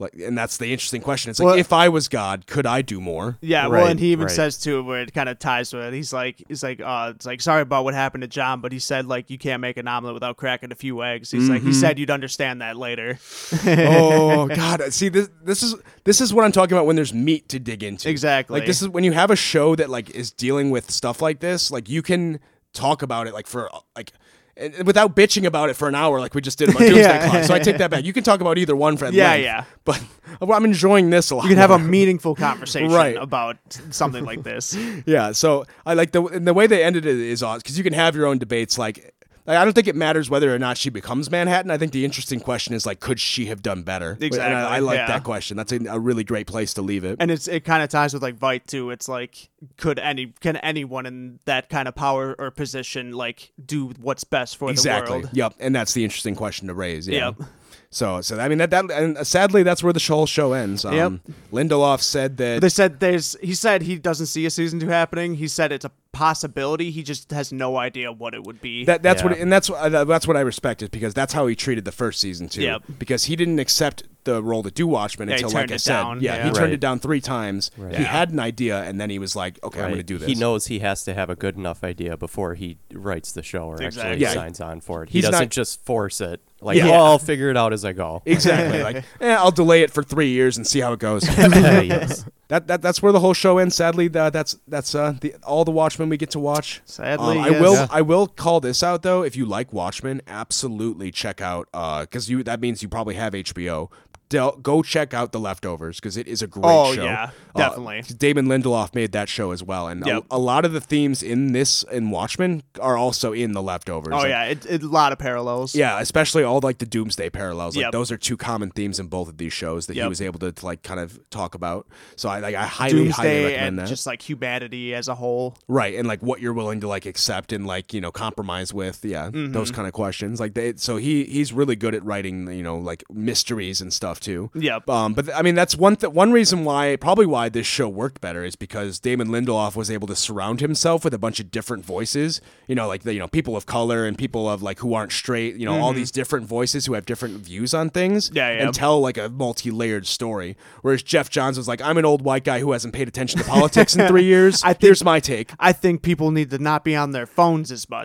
A: like, and that's the interesting question. It's like
B: Well-
A: if I was God, could I do more?
B: Yeah, well,
C: Right,
B: and he even
C: right.
B: says too, where it kind of ties to it. He's like, he's like, uh, it's like, sorry about what happened to John, but he said like you can't make an omelet without cracking a few eggs. He's like, he
A: Mm-hmm.
B: said you'd understand that later.
A: oh God! See this this is this is what I'm talking about when there's meat to dig into.
B: Exactly.
A: Like this is when you have a show that like is dealing with stuff like this. Like you can talk about it like for like. And and without bitching about it for an hour, like we just did about Doomsday
B: Yeah.
A: Clock, so I take that back. You can talk about either one for at
B: Yeah,
A: length,
B: yeah.
A: But I'm enjoying this a lot.
B: You can have
A: more.
B: a meaningful conversation
A: Right.
B: about something like this.
A: Yeah, so I like the and the way they ended it is odd because you can have your own debates. Like, like, I don't think it matters whether or not she becomes Manhattan. I think the interesting question is like, could she have done better? And I-
B: Exactly,
A: I, like
B: yeah.
A: that question. That's a, a really great place to leave it.
B: And it's it kind of ties with like Vite too. It's like could any can anyone in that kind of power or position like do what's best for the
A: exactly.
B: world?
A: Yep. And that's the interesting question to raise. Yeah.
B: Yep.
A: So, so I mean that that and sadly that's where the whole show ends. Um, Lindelof said that
B: They said there's he said he doesn't see a season two happening. He said it's a possibility. He just has no idea what it would be.
A: That that's what
C: Yeah.
A: and that's what- uh, that's what I respected because that's how he treated the first season too.
B: Yep.
A: Because he didn't accept the role to do Watchmen
B: he
A: until like
B: turned
A: I
B: it
A: said,
B: down,
A: yeah,
B: yeah.
A: he turned
C: Right.
A: it down three times. He had an idea and then he was like, okay, I'm
C: Right.
A: going to do this.
C: He knows he has to have a good enough idea before he writes the show or
B: Exactly.
C: actually
A: Yeah.
C: signs on for it. He
A: He's
C: doesn't
A: not-
C: just force it. Like,
A: Yeah.
C: "Oh, I'll figure it out as I go.
A: exactly. like, eh, I'll delay it for three years and see how it goes.
C: Yes.
A: that, that that's where the whole show ends. Sadly, tha- that's that's uh, the, all the Watchmen we get to watch.
B: Sadly,
A: Um, I
B: yes.
A: will
B: Yeah.
A: I will call this out though. If you like Watchmen, absolutely check out because you that means you probably have HBO. Del- go check out the leftovers because it is a great
B: Oh,
A: show.
B: yeah,
A: Uh,
B: definitely.
A: Damon Lindelof made that show as well, and a-
B: Yep.
A: a, lot of the themes in this in Watchmen are also in the leftovers.
B: Oh
A: Like,
B: yeah, it, it, a lot of parallels.
A: yeah, especially all like the doomsday parallels. Like
B: Yep.
A: those are two common themes in both of these shows that he
B: Yep.
A: was able to, to, like kind of talk about. So I like I highly highly
B: Doomsday
A: recommend
B: and
A: that.
B: just like humanity as a whole.
A: right, and like what you're willing to like accept and like you know compromise with. Yeah, those
B: Mm-hmm.
A: kind of questions. Like they, so he he's really good at writing you know like mysteries and stuff too.
B: Yep.
A: Um, but th- I mean that's one th- one reason why probably why this show worked better is because Damon Lindelof was able to surround himself with a bunch of different voices. You know, like the, you know people of color and people of like who aren't straight. You know, all these different voices who have different views on things.
B: Mm-hmm. Yeah, yeah.
A: And tell like a multi layered story. Whereas Jeff Johns was like, I'm an old white guy who hasn't paid attention to politics in three years.
B: I think-
A: Here's my take.
B: I think people need to not be on their phones as much.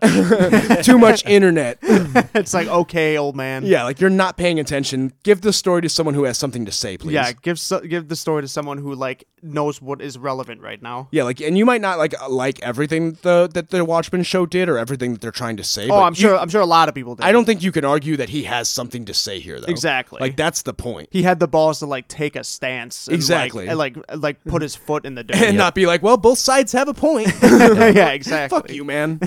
A: Too much internet.
B: it's like okay, old man.
A: yeah, like you're not paying attention. Give the story to someone who has something to say, please.
B: Yeah, give so- give the story to someone who like knows what is relevant right now.
A: Yeah, like, and you might not like like everything the that the Watchmen show did or everything that they're trying to say.
B: Oh,
A: but
B: I'm
A: you-
B: sure. I'm sure a lot of people did.
A: I don't think you can argue that he has something to say here, though.
B: Exactly.
A: Like that's the point.
B: He had the balls to like take a stance. and, like-
A: Exactly.
B: And like and, like put his foot in the
A: And
B: dirt.
A: not be like, well, both sides have a point.
B: yeah, exactly.
A: Fuck you, man.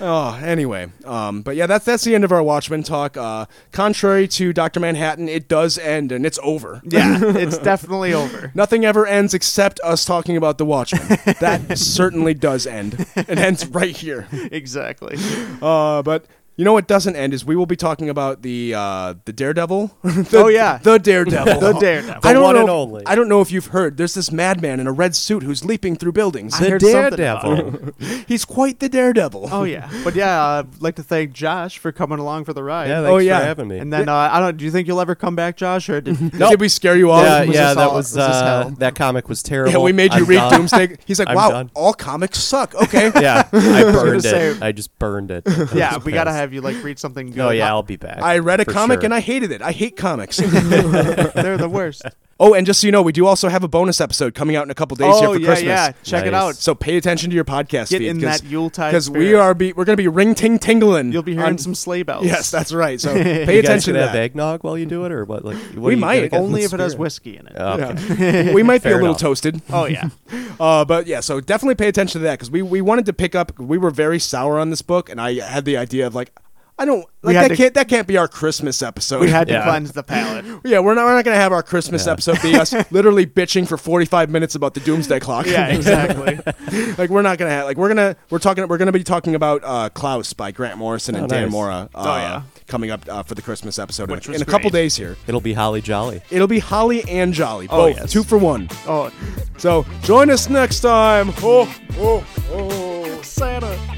A: oh, anyway, um, but yeah, that's that's the end of our Watchmen talk. Uh, contrary to Doctor Manhattan, it does end and it's over.
B: Yeah, it's definitely over.
A: Nothing ever ends except us talking about the Watchmen. That certainly does end. It ends right here.
B: Exactly.
A: Uh, but you know what doesn't end is we will be talking about the uh, the Daredevil. the,
B: Oh, yeah.
A: the Daredevil.
B: The Daredevil.
A: I don't
C: The one
A: know.
C: and
A: if-
C: only.
A: I don't know if you've heard. There's this madman in a red suit who's leaping through buildings.
B: I
C: The
B: heard something about
C: Daredevil.
A: He's quite the Daredevil.
B: Oh yeah, but yeah, I'd like to thank Josh for coming along for the ride.
C: yeah, thanks
A: Oh, yeah.
C: for having me.
B: and then uh, I don't. Do you think you'll ever come back, Josh? Or did,
A: Did we scare you off?
C: yeah,
B: was
C: yeah,
B: this
C: that
B: all- was
C: was,
B: this
C: uh,
B: hell?
C: that comic was terrible.
A: Yeah, we made you
C: I'm
A: read
C: done.
A: Doomsday. He's like,
C: I'm
A: wow,
C: done.
A: all comics suck. Okay.
C: Yeah, I burned it.
B: say-
C: I just burned it.
B: yeah, we gotta
C: Yes.
B: have you like read something good.
C: Oh yeah, I'll be back.
A: I read a
C: for
A: comic
C: sure.
A: and I hated it. I hate comics.
B: they're the worst.
A: oh, and just so you know, we do also have a bonus episode coming out in a couple days here
B: oh
A: for
B: yeah,
A: Christmas.
B: yeah. Check it
C: Nice.
B: out.
A: So pay attention to your podcast
B: Get
A: feed
B: in
A: cause,
B: that Yuletide
A: because we
B: spirit.
A: are be we're gonna be ring ting tingling.
B: You'll be hearing
A: on-
B: some sleigh bells.
A: Yes, that's right. So pay
C: You guys
A: attention
C: gonna
A: to
C: have
A: that.
C: eggnog while you do it, or what? Like, what
A: We
C: are you gonna
A: might.
C: get in
B: only
C: the
B: if it has
C: spirit?
B: whiskey in it.
C: Okay.
A: Yeah. we might be a
C: Fair
A: little
C: enough.
A: toasted.
B: Oh yeah,
A: Uh, but yeah, so definitely pay attention to that because we, we wanted to pick up. We were very sour on this book, and I had the idea of like, I don't like
B: had
A: that
B: to-
A: can't that can't be our Christmas episode.
B: we had to
C: Yeah.
B: cleanse the palate.
A: yeah, we're not we're not gonna have our Christmas episode be us literally bitching for forty five minutes about the doomsday clock.
B: Yeah, exactly.
A: like we're not gonna have like we're gonna we're talking we're gonna be talking about uh, Klaus by Grant Morrison and
C: Oh,
A: Dan
C: nice.
A: Mora. Uh,
B: yeah.
A: coming up uh, for the Christmas episode
B: Which
A: in, a-
B: was
A: in a couple
B: great.
A: days here.
C: It'll be holly jolly.
A: It'll be Holly and Jolly,
B: Oh,
A: both
B: yes.
A: two for one.
B: oh,
A: So join us next time. Oh, oh, oh.
B: Santa.